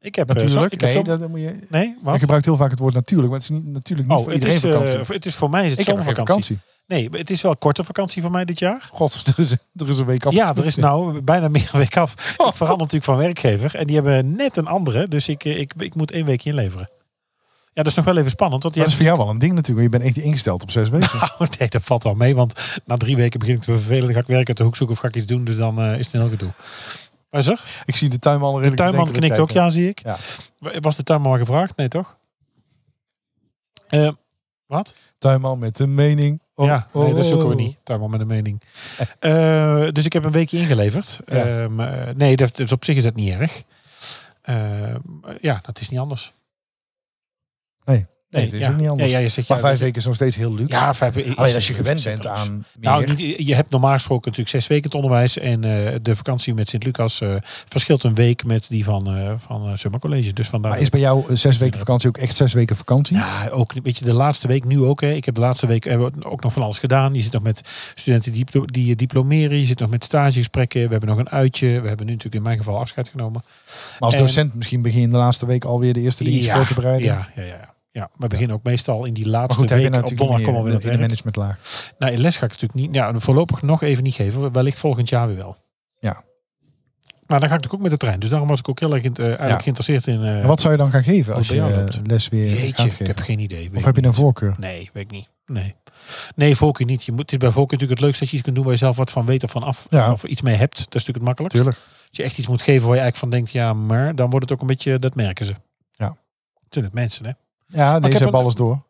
[SPEAKER 3] Ik heb eh, zo- ik heb
[SPEAKER 2] nee,
[SPEAKER 3] zo-
[SPEAKER 2] dat, dat moet je...
[SPEAKER 3] nee, wat?
[SPEAKER 2] Ik gebruik heel vaak het woord natuurlijk. Maar het is niet, natuurlijk niet
[SPEAKER 3] oh,
[SPEAKER 2] voor
[SPEAKER 3] het
[SPEAKER 2] iedereen
[SPEAKER 3] is, eh,
[SPEAKER 2] vakantie.
[SPEAKER 3] voor- het is voor mij is het
[SPEAKER 2] ik heb geen
[SPEAKER 3] zomervakantie.
[SPEAKER 2] vakantie.
[SPEAKER 3] Nee, maar het is wel een korte vakantie voor mij dit jaar.
[SPEAKER 2] God, er is, er is een week af.
[SPEAKER 3] Ja, er is nou bijna meer een week af. Ik verander natuurlijk van werkgever. En die hebben net een andere. Dus ik, eh, ik, ik moet één weekje inleveren. Ja, dat is nog wel even spannend. Want die
[SPEAKER 2] Maar dat is voor jou wel een ding natuurlijk. want Je bent echt ingesteld op zes weken.
[SPEAKER 3] Oh, nee, dat valt wel mee, want na drie weken begin ik te vervelen. Dan ga ik werk uit de hoek zoeken of ga ik iets doen. Dus dan eh, is het een heel gedoe. Maar zeg,
[SPEAKER 2] ik zie de tuinman al
[SPEAKER 3] de
[SPEAKER 2] redelijk
[SPEAKER 3] tuinman
[SPEAKER 2] bedenkelijk
[SPEAKER 3] knikt ook
[SPEAKER 2] kijken.
[SPEAKER 3] ja, zie ik.
[SPEAKER 2] Ja.
[SPEAKER 3] Was de tuinman gevraagd? Nee, toch? Eh, wat?
[SPEAKER 2] Tuinman met een mening. Oh,
[SPEAKER 3] ja, nee, dat zoeken we
[SPEAKER 2] oh.
[SPEAKER 3] niet. Tuinman met een mening. Eh, dus ik heb een weekje ingeleverd.
[SPEAKER 2] Ja.
[SPEAKER 3] Ehm, eh, nee, dat, dus op zich is dat niet erg. Eh, ja, dat is niet anders.
[SPEAKER 2] Nee, het is
[SPEAKER 3] ja.
[SPEAKER 2] ook niet anders.
[SPEAKER 3] Ja, ja, je zit
[SPEAKER 2] maar
[SPEAKER 3] ja, dus-
[SPEAKER 2] vijf
[SPEAKER 3] dat-
[SPEAKER 2] weken is nog steeds heel luxe.
[SPEAKER 3] Ja, vijf weken.
[SPEAKER 2] Alleen als je gewend bent aan meer.
[SPEAKER 3] Nou, niet, je hebt normaal gesproken natuurlijk zes weken het onderwijs. En eh, de vakantie met Sint-Lucas eh, verschilt een week met die van, eh van eh, Summer College. Dus vandaar.
[SPEAKER 2] maar is bij jou eh, zes weken vakantie ook echt zes weken vakantie?
[SPEAKER 3] Ja, ook weet je, de laatste week nu ook. Hè. Ik heb de laatste week eh, ook nog van alles gedaan. Je zit nog met studenten die, diplo- die eh, diplomeren. Je zit nog met stagegesprekken. We hebben nog een uitje. We hebben nu natuurlijk in mijn geval afscheid genomen.
[SPEAKER 2] maar als
[SPEAKER 3] en-
[SPEAKER 2] docent misschien begin je de laatste week alweer de eerste dingetjes voor te bereiden.
[SPEAKER 3] Ja, ja, ja. ja. Ja, we beginnen ook meestal in die
[SPEAKER 2] Maar
[SPEAKER 3] laatste
[SPEAKER 2] goed, daar heb je
[SPEAKER 3] week. Op
[SPEAKER 2] natuurlijk
[SPEAKER 3] donderdag
[SPEAKER 2] niet
[SPEAKER 3] komen we
[SPEAKER 2] in, in
[SPEAKER 3] weer naar
[SPEAKER 2] de
[SPEAKER 3] het werk.
[SPEAKER 2] managementlaag.
[SPEAKER 3] Nou, in les ga ik natuurlijk niet. Ja, voorlopig nog even niet geven. Wellicht volgend jaar weer wel.
[SPEAKER 2] Ja.
[SPEAKER 3] Maar dan ga ik natuurlijk ook met de trein. Dus daarom was ik ook heel erg in- eh, eigenlijk
[SPEAKER 2] Ja.
[SPEAKER 3] geïnteresseerd in. eh,
[SPEAKER 2] En wat zou je dan gaan geven als
[SPEAKER 3] bij
[SPEAKER 2] je
[SPEAKER 3] jou
[SPEAKER 2] eh,
[SPEAKER 3] loopt.
[SPEAKER 2] les weer
[SPEAKER 3] Jeetje,
[SPEAKER 2] gaat
[SPEAKER 3] ik
[SPEAKER 2] geven?
[SPEAKER 3] heb geen idee. weet
[SPEAKER 2] Of heb je
[SPEAKER 3] ik
[SPEAKER 2] een
[SPEAKER 3] niet.
[SPEAKER 2] voorkeur?
[SPEAKER 3] Nee, weet ik niet. Nee. Nee, voorkeur niet. Je moet, het is bij voorkeur natuurlijk het leukste dat je iets kunt doen waar je zelf wat van weet of van af
[SPEAKER 2] Ja.
[SPEAKER 3] of iets mee hebt. Dat is natuurlijk het makkelijkst.
[SPEAKER 2] Tuurlijk.
[SPEAKER 3] Als je echt iets moet geven waar je eigenlijk van denkt, ja, maar dan wordt het ook een beetje, dat merken ze.
[SPEAKER 2] Ja.
[SPEAKER 3] Het zijn het mensen, hè.
[SPEAKER 2] Ja,
[SPEAKER 3] heb eh,
[SPEAKER 2] deze hebben
[SPEAKER 3] een-
[SPEAKER 2] alles door.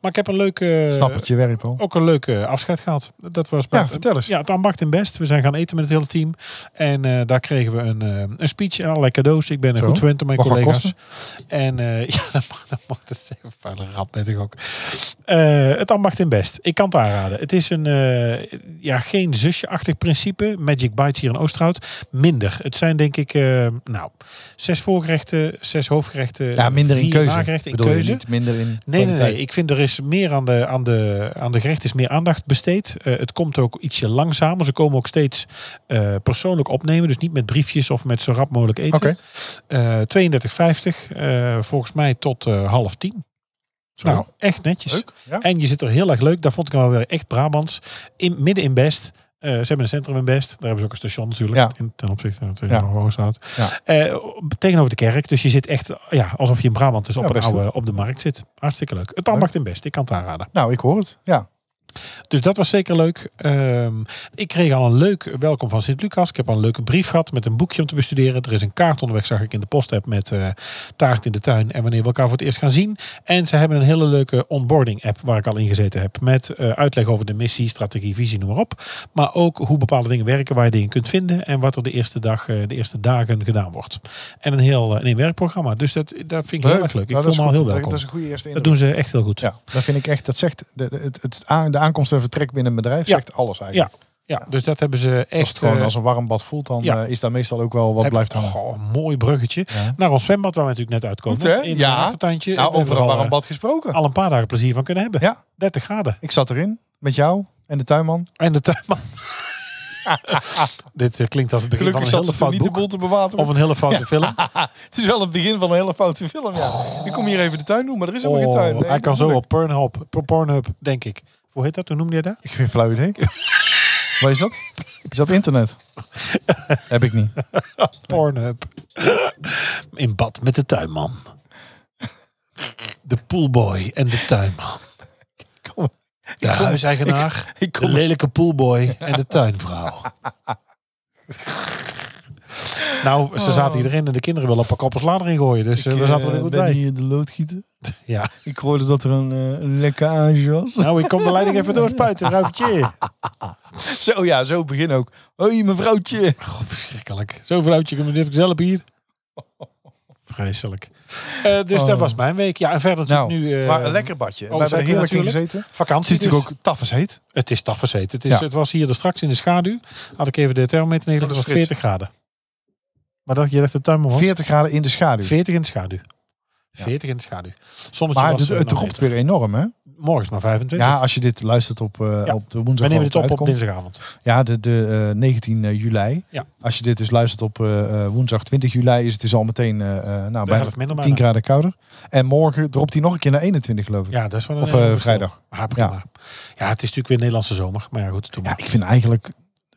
[SPEAKER 3] Maar ik heb een leuke,
[SPEAKER 2] Snap het, je werkt al.
[SPEAKER 3] ook een leuke afscheid gehad. Dat was bij
[SPEAKER 2] Ja, vertel eens.
[SPEAKER 3] Ja, het ambacht in Best. We zijn gaan eten met het hele team. En eh, daar kregen we een, eh, een speech en allerlei cadeaus. Ik ben een
[SPEAKER 2] Zo.
[SPEAKER 3] goed vriend door mijn
[SPEAKER 2] Mag wat
[SPEAKER 3] collega's. En eh, ja, dat mag, dat mag. Dat is even een vuile rat ben ik ook. Eh, het ambacht in Best. Ik kan het aanraden. Het is een, eh, ja, geen zusje-achtig principe. Magic Bites hier in Oosterhout. Minder. Het zijn denk ik, eh, nou, zes voorgerechten, zes hoofdgerechten.
[SPEAKER 2] Ja, minder in
[SPEAKER 3] eh, vier
[SPEAKER 2] keuze.
[SPEAKER 3] nagerechten in
[SPEAKER 2] Bedoel je
[SPEAKER 3] keuze.
[SPEAKER 2] Niet minder in
[SPEAKER 3] Nee, nee,
[SPEAKER 2] kwaliteit?
[SPEAKER 3] nee. Ik vind er is meer aan de, aan de, aan de gerecht is meer aandacht besteed. Eh, het komt ook ietsje langzamer. Ze komen ook steeds eh, persoonlijk opnemen. Dus niet met briefjes of met zo rap mogelijk eten.
[SPEAKER 2] Oké.
[SPEAKER 3] Eh, 32,50. eh, volgens mij tot eh, half tien.
[SPEAKER 2] Zo.
[SPEAKER 3] Nou, echt netjes.
[SPEAKER 2] Leuk. Ja.
[SPEAKER 3] En je zit er heel erg leuk. Daar vond ik hem wel weer echt Brabants. In, midden in Best. Eh, ze hebben een centrum in Best. Daar hebben ze ook een station natuurlijk.
[SPEAKER 2] Ja.
[SPEAKER 3] In, ten opzichte van
[SPEAKER 2] Ja.
[SPEAKER 3] ja. Oosterhout.
[SPEAKER 2] Ja.
[SPEAKER 3] Eh, tegenover de kerk. Dus je zit echt ja, alsof je in Brabant dus op,
[SPEAKER 2] Ja,
[SPEAKER 3] een
[SPEAKER 2] best
[SPEAKER 3] oude,
[SPEAKER 2] goed.
[SPEAKER 3] op de markt zit. Hartstikke leuk. Het ambacht in Best. Ik kan het aanraden.
[SPEAKER 2] Nou, ik hoor het. Ja.
[SPEAKER 3] Dus dat was zeker leuk. Ehm, ik kreeg al een leuk welkom van Sint-Lucas. Ik heb al een leuke brief gehad met een boekje om te bestuderen. Er is een kaart onderweg, zag ik in de post-app met eh, taart in de tuin. En wanneer we elkaar voor het eerst gaan zien. En ze hebben een hele leuke onboarding-app waar ik al in gezeten heb. Met eh, uitleg over de missie, strategie, visie, noem maar op. Maar ook hoe bepaalde dingen werken, waar je dingen kunt vinden. En wat er de eerste, dag, eh, de eerste dagen gedaan wordt. En een heel eh, een werkprogramma. Dus dat, dat vind ik heel erg leuk. Ik
[SPEAKER 2] Nou,
[SPEAKER 3] voel
[SPEAKER 2] dat
[SPEAKER 3] me
[SPEAKER 2] is
[SPEAKER 3] al
[SPEAKER 2] goed.
[SPEAKER 3] heel
[SPEAKER 2] Dat- Dat
[SPEAKER 3] welkom. Dat,
[SPEAKER 2] is een goede eerste indruk.
[SPEAKER 3] doen ze echt heel goed.
[SPEAKER 2] Ja, dat vind ik echt, dat zegt, de, het, het aan- de aankomst en vertrek binnen een bedrijf
[SPEAKER 3] Ja.
[SPEAKER 2] zegt alles eigenlijk.
[SPEAKER 3] Ja, dus dat hebben ze
[SPEAKER 2] Als
[SPEAKER 3] echt...
[SPEAKER 2] het gewoon
[SPEAKER 3] eh,
[SPEAKER 2] als een warm bad voelt, dan
[SPEAKER 3] ja.
[SPEAKER 2] eh, is daar meestal ook wel wat
[SPEAKER 3] Heb-
[SPEAKER 2] blijft hangen.
[SPEAKER 3] Goh, mooi bruggetje.
[SPEAKER 2] Ja.
[SPEAKER 3] Naar ons zwembad, waar we natuurlijk net uitkomen.
[SPEAKER 2] Goed, hè?
[SPEAKER 3] In eh,
[SPEAKER 2] Ja.
[SPEAKER 3] een achtertuintje.
[SPEAKER 2] Nou,
[SPEAKER 3] We hebben
[SPEAKER 2] over
[SPEAKER 3] er
[SPEAKER 2] een
[SPEAKER 3] al,
[SPEAKER 2] warm
[SPEAKER 3] eh,
[SPEAKER 2] bad gesproken.
[SPEAKER 3] Al een paar dagen plezier van kunnen hebben.
[SPEAKER 2] Ja.
[SPEAKER 3] 30 graden.
[SPEAKER 2] Ik zat erin met jou en de tuinman.
[SPEAKER 3] En de tuinman. Dit eh, klinkt als het begin
[SPEAKER 2] Gelukkig
[SPEAKER 3] van
[SPEAKER 2] zat ze toen
[SPEAKER 3] een hele fout
[SPEAKER 2] niet de
[SPEAKER 3] boek.
[SPEAKER 2] boel te bewateren.
[SPEAKER 3] Of een hele foute film.
[SPEAKER 2] Het is wel het begin van een hele foute film. Ja. Ik kom hier even de tuin doen, maar er is helemaal
[SPEAKER 3] Oh,
[SPEAKER 2] geen tuin. Nee,
[SPEAKER 3] hij kan zo
[SPEAKER 2] moeilijk.
[SPEAKER 3] op Pornhub, Pornhub, denk ik. Hoe heet dat? Hoe noemde je dat?
[SPEAKER 2] Ik heb geen flauw idee. Waar is dat? Is dat op internet? Heb ik niet.
[SPEAKER 3] Pornhub. In bad met de tuinman. De poolboy en de tuinman. De huiseigenaar,
[SPEAKER 2] ik kom
[SPEAKER 3] de
[SPEAKER 2] eens-
[SPEAKER 3] lelijke poolboy en de tuinvrouw. Nou,
[SPEAKER 2] Oh.
[SPEAKER 3] ze zaten iedereen en de kinderen willen een paar koppels later in gooien. Dus eh, we zaten er weer goed bij.
[SPEAKER 2] hier de loodgieter.
[SPEAKER 3] Ja.
[SPEAKER 2] Ik hoorde dat er een, lekkage was.
[SPEAKER 3] Nou, ik kom de leiding even doorspuiten. Ruikertje.
[SPEAKER 2] Zo ja, zo begin ook. Hoi mevrouwtje.
[SPEAKER 3] Goh, verschrikkelijk. Zo'n vrouwtje kom ik zelf hier. Vreselijk. Eh, dus
[SPEAKER 2] Oh.
[SPEAKER 3] dat was mijn week. Ja, en verder
[SPEAKER 2] Nou,
[SPEAKER 3] natuurlijk nu... eh,
[SPEAKER 2] maar een lekker badje. We
[SPEAKER 3] oh,
[SPEAKER 2] hebben
[SPEAKER 3] zeker
[SPEAKER 2] er heerlijk in
[SPEAKER 3] natuurlijk.
[SPEAKER 2] gezeten. Het is
[SPEAKER 3] Vakantie
[SPEAKER 2] natuurlijk
[SPEAKER 3] dus.
[SPEAKER 2] ook tafels heet.
[SPEAKER 3] Het is tafverzet. Het, is,
[SPEAKER 2] Ja.
[SPEAKER 3] het was hier er straks in de schaduw. Had ik even de thermometer neergelegd.
[SPEAKER 2] Dat
[SPEAKER 3] Het
[SPEAKER 2] is
[SPEAKER 3] was 40 graden. Maar dat, je legt de tuinman was?
[SPEAKER 2] 40 graden in de schaduw.
[SPEAKER 3] 40 in de schaduw.
[SPEAKER 2] Ja.
[SPEAKER 3] 40 in de schaduw. Zonnetje
[SPEAKER 2] Maar
[SPEAKER 3] was
[SPEAKER 2] het,
[SPEAKER 3] eh,
[SPEAKER 2] het
[SPEAKER 3] nog
[SPEAKER 2] dropt
[SPEAKER 3] beter.
[SPEAKER 2] weer enorm, hè?
[SPEAKER 3] Morgens maar 25.
[SPEAKER 2] Ja, als je dit luistert op, eh,
[SPEAKER 3] Ja.
[SPEAKER 2] op de woensdag.
[SPEAKER 3] Wij
[SPEAKER 2] waarop
[SPEAKER 3] nemen dit op
[SPEAKER 2] het
[SPEAKER 3] op
[SPEAKER 2] uitkomt.
[SPEAKER 3] dinsdagavond.
[SPEAKER 2] Ja, de, de eh, 19 juli.
[SPEAKER 3] Ja.
[SPEAKER 2] Als je dit dus luistert op eh, eh, woensdag 20 juli, is het dus al meteen eh, eh, nou, bijna
[SPEAKER 3] helft minder
[SPEAKER 2] 10
[SPEAKER 3] bijna.
[SPEAKER 2] graden kouder. En morgen dropt hij nog een keer naar 21, geloof ik.
[SPEAKER 3] Ja, dat is wel een
[SPEAKER 2] Of,
[SPEAKER 3] heel
[SPEAKER 2] eh,
[SPEAKER 3] verschil.
[SPEAKER 2] vrijdag.
[SPEAKER 3] Ah, prima. Ja. het is natuurlijk weer Nederlandse zomer. Maar ja, goed. Toen
[SPEAKER 2] Ja,
[SPEAKER 3] maar.
[SPEAKER 2] ik vind eigenlijk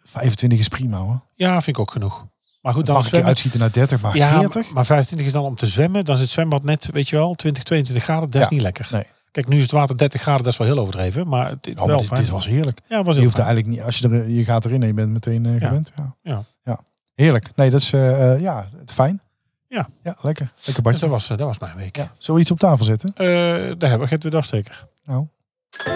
[SPEAKER 2] 25 is prima hoor.
[SPEAKER 3] ja, vind ik ook genoeg. Maar goed,
[SPEAKER 2] Dan
[SPEAKER 3] dan
[SPEAKER 2] mag ik je
[SPEAKER 3] zwemmen.
[SPEAKER 2] uitschieten naar 30, maar
[SPEAKER 3] Ja,
[SPEAKER 2] 40?
[SPEAKER 3] maar 25 is dan om te zwemmen. Dan is het zwembad net, weet je wel, 20, 22 graden. Dat is
[SPEAKER 2] Ja.
[SPEAKER 3] niet lekker.
[SPEAKER 2] Nee.
[SPEAKER 3] Kijk, nu is het water 30 graden. Dat is wel heel overdreven. Maar het is
[SPEAKER 2] Oh, maar
[SPEAKER 3] wel
[SPEAKER 2] dit,
[SPEAKER 3] fijn.
[SPEAKER 2] dit was heerlijk.
[SPEAKER 3] ja, het was
[SPEAKER 2] Je
[SPEAKER 3] heel
[SPEAKER 2] hoeft er
[SPEAKER 3] fijn.
[SPEAKER 2] eigenlijk niet, als je, er, je gaat erin en je bent meteen eh,
[SPEAKER 3] Ja.
[SPEAKER 2] gewend. Ja.
[SPEAKER 3] Ja.
[SPEAKER 2] Heerlijk. Nee, dat is eh, eh, ja, fijn.
[SPEAKER 3] Ja.
[SPEAKER 2] Ja, lekker. Lekker
[SPEAKER 3] Dus
[SPEAKER 2] badje.
[SPEAKER 3] dat was, eh, dat was mijn week.
[SPEAKER 2] Ja. Zullen we iets op tafel zetten?
[SPEAKER 3] Eh, daar hebben we het weer dag zeker.
[SPEAKER 2] Nou.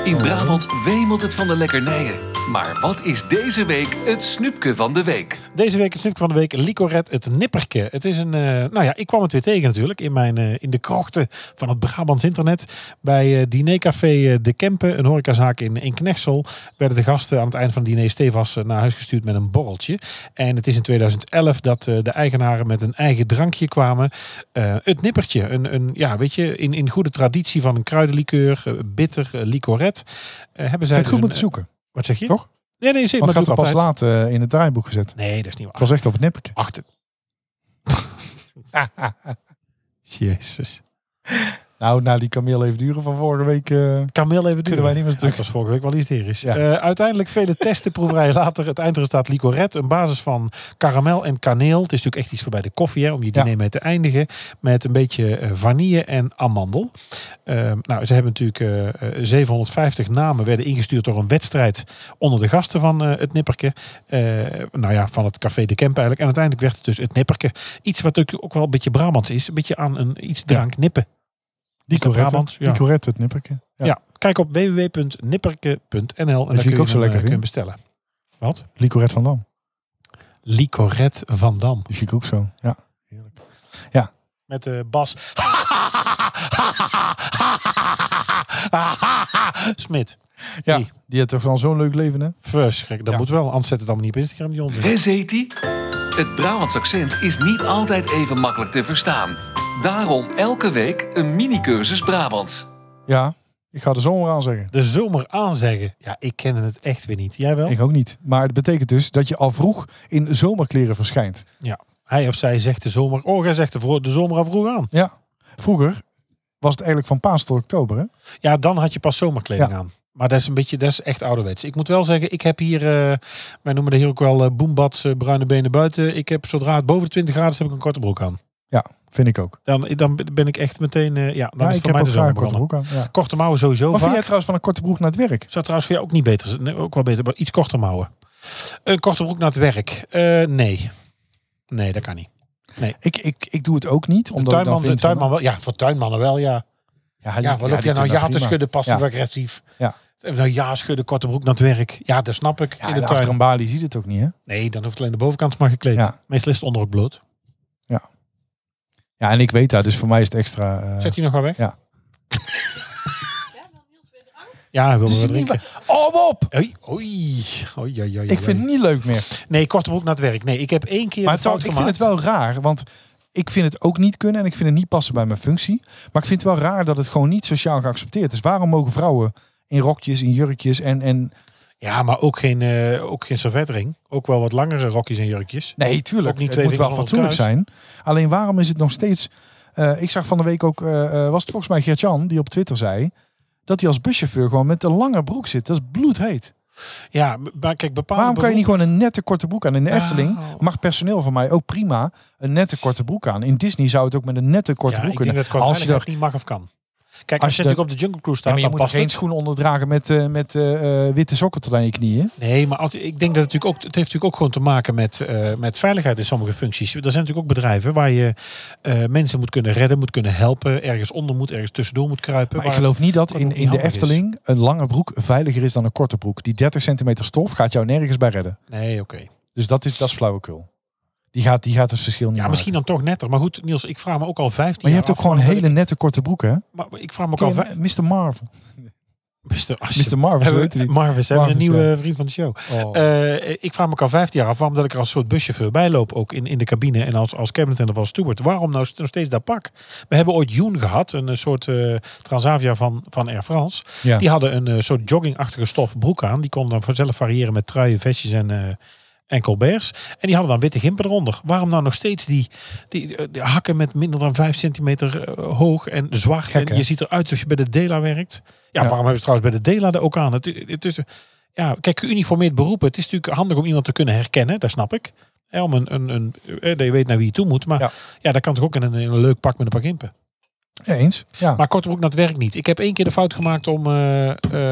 [SPEAKER 1] In Brabant wemelt het van de lekkernijen. Maar wat is deze week het snoepje van de week?
[SPEAKER 3] Deze week het snoepje van de week, Licoret het nipperke. Het is een, eh, nou ja, ik kwam het weer tegen natuurlijk in, mijn, eh, in de krochten van het Brabants internet. Bij eh, dinercafé eh, De Kempen, een horecazaak in, in Knechtsel, werden de gasten aan het eind van het diner stevast eh, naar huis gestuurd met een borreltje. En het is in 2011 dat eh, de eigenaren met een eigen drankje kwamen. Eh, het nippertje, een, een, ja, weet je, in, in goede traditie van een kruidenlikeur, eh, bitter, eh, Licoret. eh, hebben zij
[SPEAKER 2] het
[SPEAKER 3] dus
[SPEAKER 2] goed
[SPEAKER 3] een-
[SPEAKER 2] moeten zoeken.
[SPEAKER 3] Wat zeg je?
[SPEAKER 2] Toch?
[SPEAKER 3] Nee, nee, zeker.
[SPEAKER 2] Want
[SPEAKER 3] Maar
[SPEAKER 2] het
[SPEAKER 3] dat
[SPEAKER 2] gaat
[SPEAKER 3] doe
[SPEAKER 2] er
[SPEAKER 3] ik
[SPEAKER 2] pas
[SPEAKER 3] altijd.
[SPEAKER 2] laat eh, in het draaiboek gezet.
[SPEAKER 3] Nee, dat is niet waar.
[SPEAKER 2] Het was echt op het nippertje.
[SPEAKER 3] Achter. Jezus.
[SPEAKER 2] Nou, na die Camille even duren van vorige week. eh,
[SPEAKER 3] Kameel even duren.
[SPEAKER 2] wij niet meer terug.
[SPEAKER 3] Dat was vorige week wel hysterisch.
[SPEAKER 2] Ja.
[SPEAKER 3] Eh, uiteindelijk vele testen, proeverijen later. Het eindresultaat Licoret. Een basis van karamel en kaneel. Het is natuurlijk echt iets voor bij de koffie. Hè, om je
[SPEAKER 2] Ja.
[SPEAKER 3] diner mee te eindigen. Met een beetje eh, vanille en amandel. Eh, nou, ze hebben natuurlijk eh, eh, 750 namen werden ingestuurd door een wedstrijd onder de gasten van eh, het Nipperke. Eh, nou ja, van het Café de Kemp eigenlijk. En uiteindelijk werd het dus het Nipperke. Iets wat ook, ook wel een beetje Brabants is. Een beetje aan een iets drank nippen.
[SPEAKER 2] die correct.
[SPEAKER 3] Brabants, ja.
[SPEAKER 2] Die correct, het nippertje.
[SPEAKER 3] Ja. Kijk op www.nipperke.nl en
[SPEAKER 2] ik
[SPEAKER 3] daar kun je
[SPEAKER 2] ook zo
[SPEAKER 3] hem,
[SPEAKER 2] lekker
[SPEAKER 3] eh, kun je
[SPEAKER 2] vind.
[SPEAKER 3] bestellen. Wat?
[SPEAKER 2] Licoret van Dam.
[SPEAKER 3] Licoret van Dam.
[SPEAKER 2] Die vind ik ook zo. Ja.
[SPEAKER 3] Met eh, Bas. Smit.
[SPEAKER 2] ja.
[SPEAKER 3] Die.
[SPEAKER 2] Die, heeft toch wel zo'n leuk leven, hè?
[SPEAKER 3] Verschrik. Dat
[SPEAKER 2] Ja.
[SPEAKER 3] moet wel. Anders zet het allemaal niet op Instagram. Die onzin.
[SPEAKER 1] Wes heet die? Het Brabants accent is niet altijd even makkelijk te verstaan. Daarom elke week een mini-cursus Brabants.
[SPEAKER 2] Ja. Ik ga er zomaar aan zeggen.
[SPEAKER 3] De zomer aanzeggen. Ja, ik kende het echt weer niet. Jij wel?
[SPEAKER 2] Ik ook niet. Maar het betekent dus dat je al vroeg in zomerkleren verschijnt.
[SPEAKER 3] Ja. Hij of zij zegt de zomer. Oh, hij zegt de, vro- de zomer al vroeg aan.
[SPEAKER 2] Ja. Vroeger was het eigenlijk van paas tot oktober, hè?
[SPEAKER 3] Ja, dan had je pas zomerkleding
[SPEAKER 2] Ja.
[SPEAKER 3] aan. Maar dat is een beetje, dat is echt ouderwets. Ik moet wel zeggen, ik heb hier, eh wij noemen dat hier ook wel eh boembats, eh, bruine benen buiten. Ik heb zodra het boven de 20 graden is, heb ik een korte broek aan.
[SPEAKER 2] Vind ik ook.
[SPEAKER 3] Dan, dan ben ik echt meteen, eh, ja, dan
[SPEAKER 2] Ja,
[SPEAKER 3] is
[SPEAKER 2] ik
[SPEAKER 3] voor
[SPEAKER 2] heb
[SPEAKER 3] mij
[SPEAKER 2] ook graag
[SPEAKER 3] de zomer
[SPEAKER 2] een korte
[SPEAKER 3] begonnen.
[SPEAKER 2] broek aan. Ja.
[SPEAKER 3] Korte mouwen sowieso
[SPEAKER 2] Wat vind jij
[SPEAKER 3] vaak.
[SPEAKER 2] trouwens van een korte broek naar het werk?
[SPEAKER 3] Zou trouwens voor jou ook niet beter zijn. Nee, ook wel beter, maar iets korter mouwen. Een korte broek naar het werk. Eh, nee. Nee, dat kan niet.
[SPEAKER 2] Ik, ik, ik doe het ook niet.
[SPEAKER 3] De
[SPEAKER 2] Omdat ik
[SPEAKER 3] tuinman,
[SPEAKER 2] dan
[SPEAKER 3] de
[SPEAKER 2] vind
[SPEAKER 3] tuinman wel, ja, voor tuinmannen wel, ja.
[SPEAKER 2] Van, ja,
[SPEAKER 3] Ja,
[SPEAKER 2] die
[SPEAKER 3] wat loop jij nou
[SPEAKER 2] kunnen
[SPEAKER 3] ja
[SPEAKER 2] dat
[SPEAKER 3] te
[SPEAKER 2] prima.
[SPEAKER 3] schudden,
[SPEAKER 2] Ja.
[SPEAKER 3] passief-agressief?
[SPEAKER 2] Ja.
[SPEAKER 3] Nou ja, schudden, korte broek naar het werk. Ja, dat snap ik.
[SPEAKER 2] Ja,
[SPEAKER 3] in
[SPEAKER 2] en
[SPEAKER 3] de
[SPEAKER 2] achter
[SPEAKER 3] tuin.
[SPEAKER 2] een balie ziet het ook niet, hè?
[SPEAKER 3] Nee, dan hoeft alleen de bovenkant maar gekleed.
[SPEAKER 2] Ja.
[SPEAKER 3] Meestal is het onderhoek bloot.
[SPEAKER 2] Ja, en ik weet dat, dus voor mij is het extra... eh,
[SPEAKER 3] Zet hij nog wel weg?
[SPEAKER 2] Ja.
[SPEAKER 3] Ja, hij wil
[SPEAKER 2] Het
[SPEAKER 3] wel
[SPEAKER 2] is niet
[SPEAKER 3] drinken.
[SPEAKER 2] waar. Oh, Bob!
[SPEAKER 3] Oei, oei. Oei, oei, oei,
[SPEAKER 2] Ik vind
[SPEAKER 3] oei.
[SPEAKER 2] het niet leuk meer.
[SPEAKER 3] Nee, korte broek naar het werk. Nee, ik heb één keer
[SPEAKER 2] Maar
[SPEAKER 3] de fout
[SPEAKER 2] trouwens, ik vind
[SPEAKER 3] gemaakt.
[SPEAKER 2] het wel raar, want ik vind het ook niet kunnen en ik vind het niet passen bij mijn functie. Maar ik vind het wel raar dat het gewoon niet sociaal geaccepteerd is. Waarom mogen vrouwen in rokjes, in jurkjes en... en...
[SPEAKER 3] Ja, maar ook geen, eh, ook geen servetring. Ook wel wat langere rokjes en jurkjes.
[SPEAKER 2] Nee, tuurlijk.
[SPEAKER 3] Ook niet
[SPEAKER 2] het
[SPEAKER 3] twee
[SPEAKER 2] moet wel
[SPEAKER 3] vingers
[SPEAKER 2] fatsoenlijk
[SPEAKER 3] onder
[SPEAKER 2] zijn. Alleen waarom is het nog steeds... eh, ik zag van de week ook, eh, eh, was het volgens mij Gert-Jan die op Twitter zei... dat hij als buschauffeur gewoon met een lange broek zit. Dat is bloedheet.
[SPEAKER 3] Ja, maar kijk, bepaalde
[SPEAKER 2] Waarom kan je niet gewoon een nette korte broek aan? In de
[SPEAKER 3] Oh.
[SPEAKER 2] Efteling mag personeel van mij ook prima een nette korte broek aan. In Disney zou het ook met een nette korte
[SPEAKER 3] ja,
[SPEAKER 2] broek
[SPEAKER 3] ik denk
[SPEAKER 2] kunnen.
[SPEAKER 3] dat het
[SPEAKER 2] als je
[SPEAKER 3] dat
[SPEAKER 2] daar
[SPEAKER 3] niet mag of kan. Kijk, als,
[SPEAKER 2] Als
[SPEAKER 3] je
[SPEAKER 2] je dat-
[SPEAKER 3] natuurlijk op de Jungle Cruise
[SPEAKER 2] Ja,
[SPEAKER 3] staat,
[SPEAKER 2] maar je
[SPEAKER 3] dan
[SPEAKER 2] moet er
[SPEAKER 3] past
[SPEAKER 2] geen
[SPEAKER 3] het.
[SPEAKER 2] schoen onderdragen met, eh, met eh, eh, witte sokken tot aan je knieën.
[SPEAKER 3] Nee, maar als, ik denk dat het natuurlijk ook, het heeft natuurlijk ook gewoon te maken met, eh, met veiligheid in sommige functies. Er zijn natuurlijk ook bedrijven waar je eh, mensen moet kunnen redden, moet kunnen helpen, ergens onder moet, ergens tussendoor moet kruipen.
[SPEAKER 2] Maar ik
[SPEAKER 3] waar
[SPEAKER 2] geloof niet dat
[SPEAKER 3] dat
[SPEAKER 2] in,
[SPEAKER 3] ook niet
[SPEAKER 2] in de
[SPEAKER 3] handig is.
[SPEAKER 2] Efteling een lange broek veiliger is dan een korte broek. Die 30 centimeter stof gaat jou nergens bij redden.
[SPEAKER 3] het- Nee, oké.
[SPEAKER 2] Dus dat is, dat is flauwekul. Die gaat, die gaat het verschil niet
[SPEAKER 3] Ja, misschien
[SPEAKER 2] maken.
[SPEAKER 3] dan toch netter. Maar goed, Niels, ik vraag me ook al 15
[SPEAKER 2] Maar je
[SPEAKER 3] jaar
[SPEAKER 2] hebt ook
[SPEAKER 3] af
[SPEAKER 2] gewoon
[SPEAKER 3] waarom
[SPEAKER 2] hele nette korte broeken. hè?
[SPEAKER 3] dat ik- Maar ik vraag me ook
[SPEAKER 2] Ken
[SPEAKER 3] al
[SPEAKER 2] je
[SPEAKER 3] 15
[SPEAKER 2] Mr. Marvel.
[SPEAKER 3] Mister, alsjeblieft.
[SPEAKER 2] Mr. Marvel, zo
[SPEAKER 3] Hebben
[SPEAKER 2] heet
[SPEAKER 3] we-
[SPEAKER 2] hij.
[SPEAKER 3] Marvis, hebben we een
[SPEAKER 2] Marvis,
[SPEAKER 3] nieuwe
[SPEAKER 2] ja.
[SPEAKER 3] eh, vriend van de show.
[SPEAKER 2] Oh.
[SPEAKER 3] Eh, ik vraag me ook al 15 jaar af waarom dat ik er als soort buschauffeur bij loop. Ook in, in de cabine en als, als cabinet en als steward. Waarom nou st- nog steeds dat pak? We hebben ooit Yoon gehad. Een eh, soort eh, Transavia van, van Air France.
[SPEAKER 2] Ja.
[SPEAKER 3] Die hadden een eh, soort joggingachtige stof broek aan. Die kon dan vanzelf variëren met truien, vestjes en... eh en colberts. En die hadden dan witte gimpen eronder. Waarom nou nog steeds die, die, eh, die hakken met minder dan 5 centimeter eh, hoog en zwart?
[SPEAKER 2] Gek,
[SPEAKER 3] en
[SPEAKER 2] hè?
[SPEAKER 3] je ziet eruit alsof je bij de Dela werkt. Ja,
[SPEAKER 2] Ja.
[SPEAKER 3] waarom hebben ze trouwens bij de Dela er ook aan? Het, het is, ja, kijk, geuniformeerd beroepen. Het is natuurlijk handig om iemand te kunnen herkennen, dat snap ik. Hè, om een, een, een, eh, dat je weet naar wie je toe moet. Maar ja,
[SPEAKER 2] Ja.
[SPEAKER 3] dat kan toch ook in een, in een leuk pak met een paar gimpen.
[SPEAKER 2] Ja, eens. Ja.
[SPEAKER 3] Maar korte broek, dat werkt niet. Ik heb één keer de fout gemaakt om eh,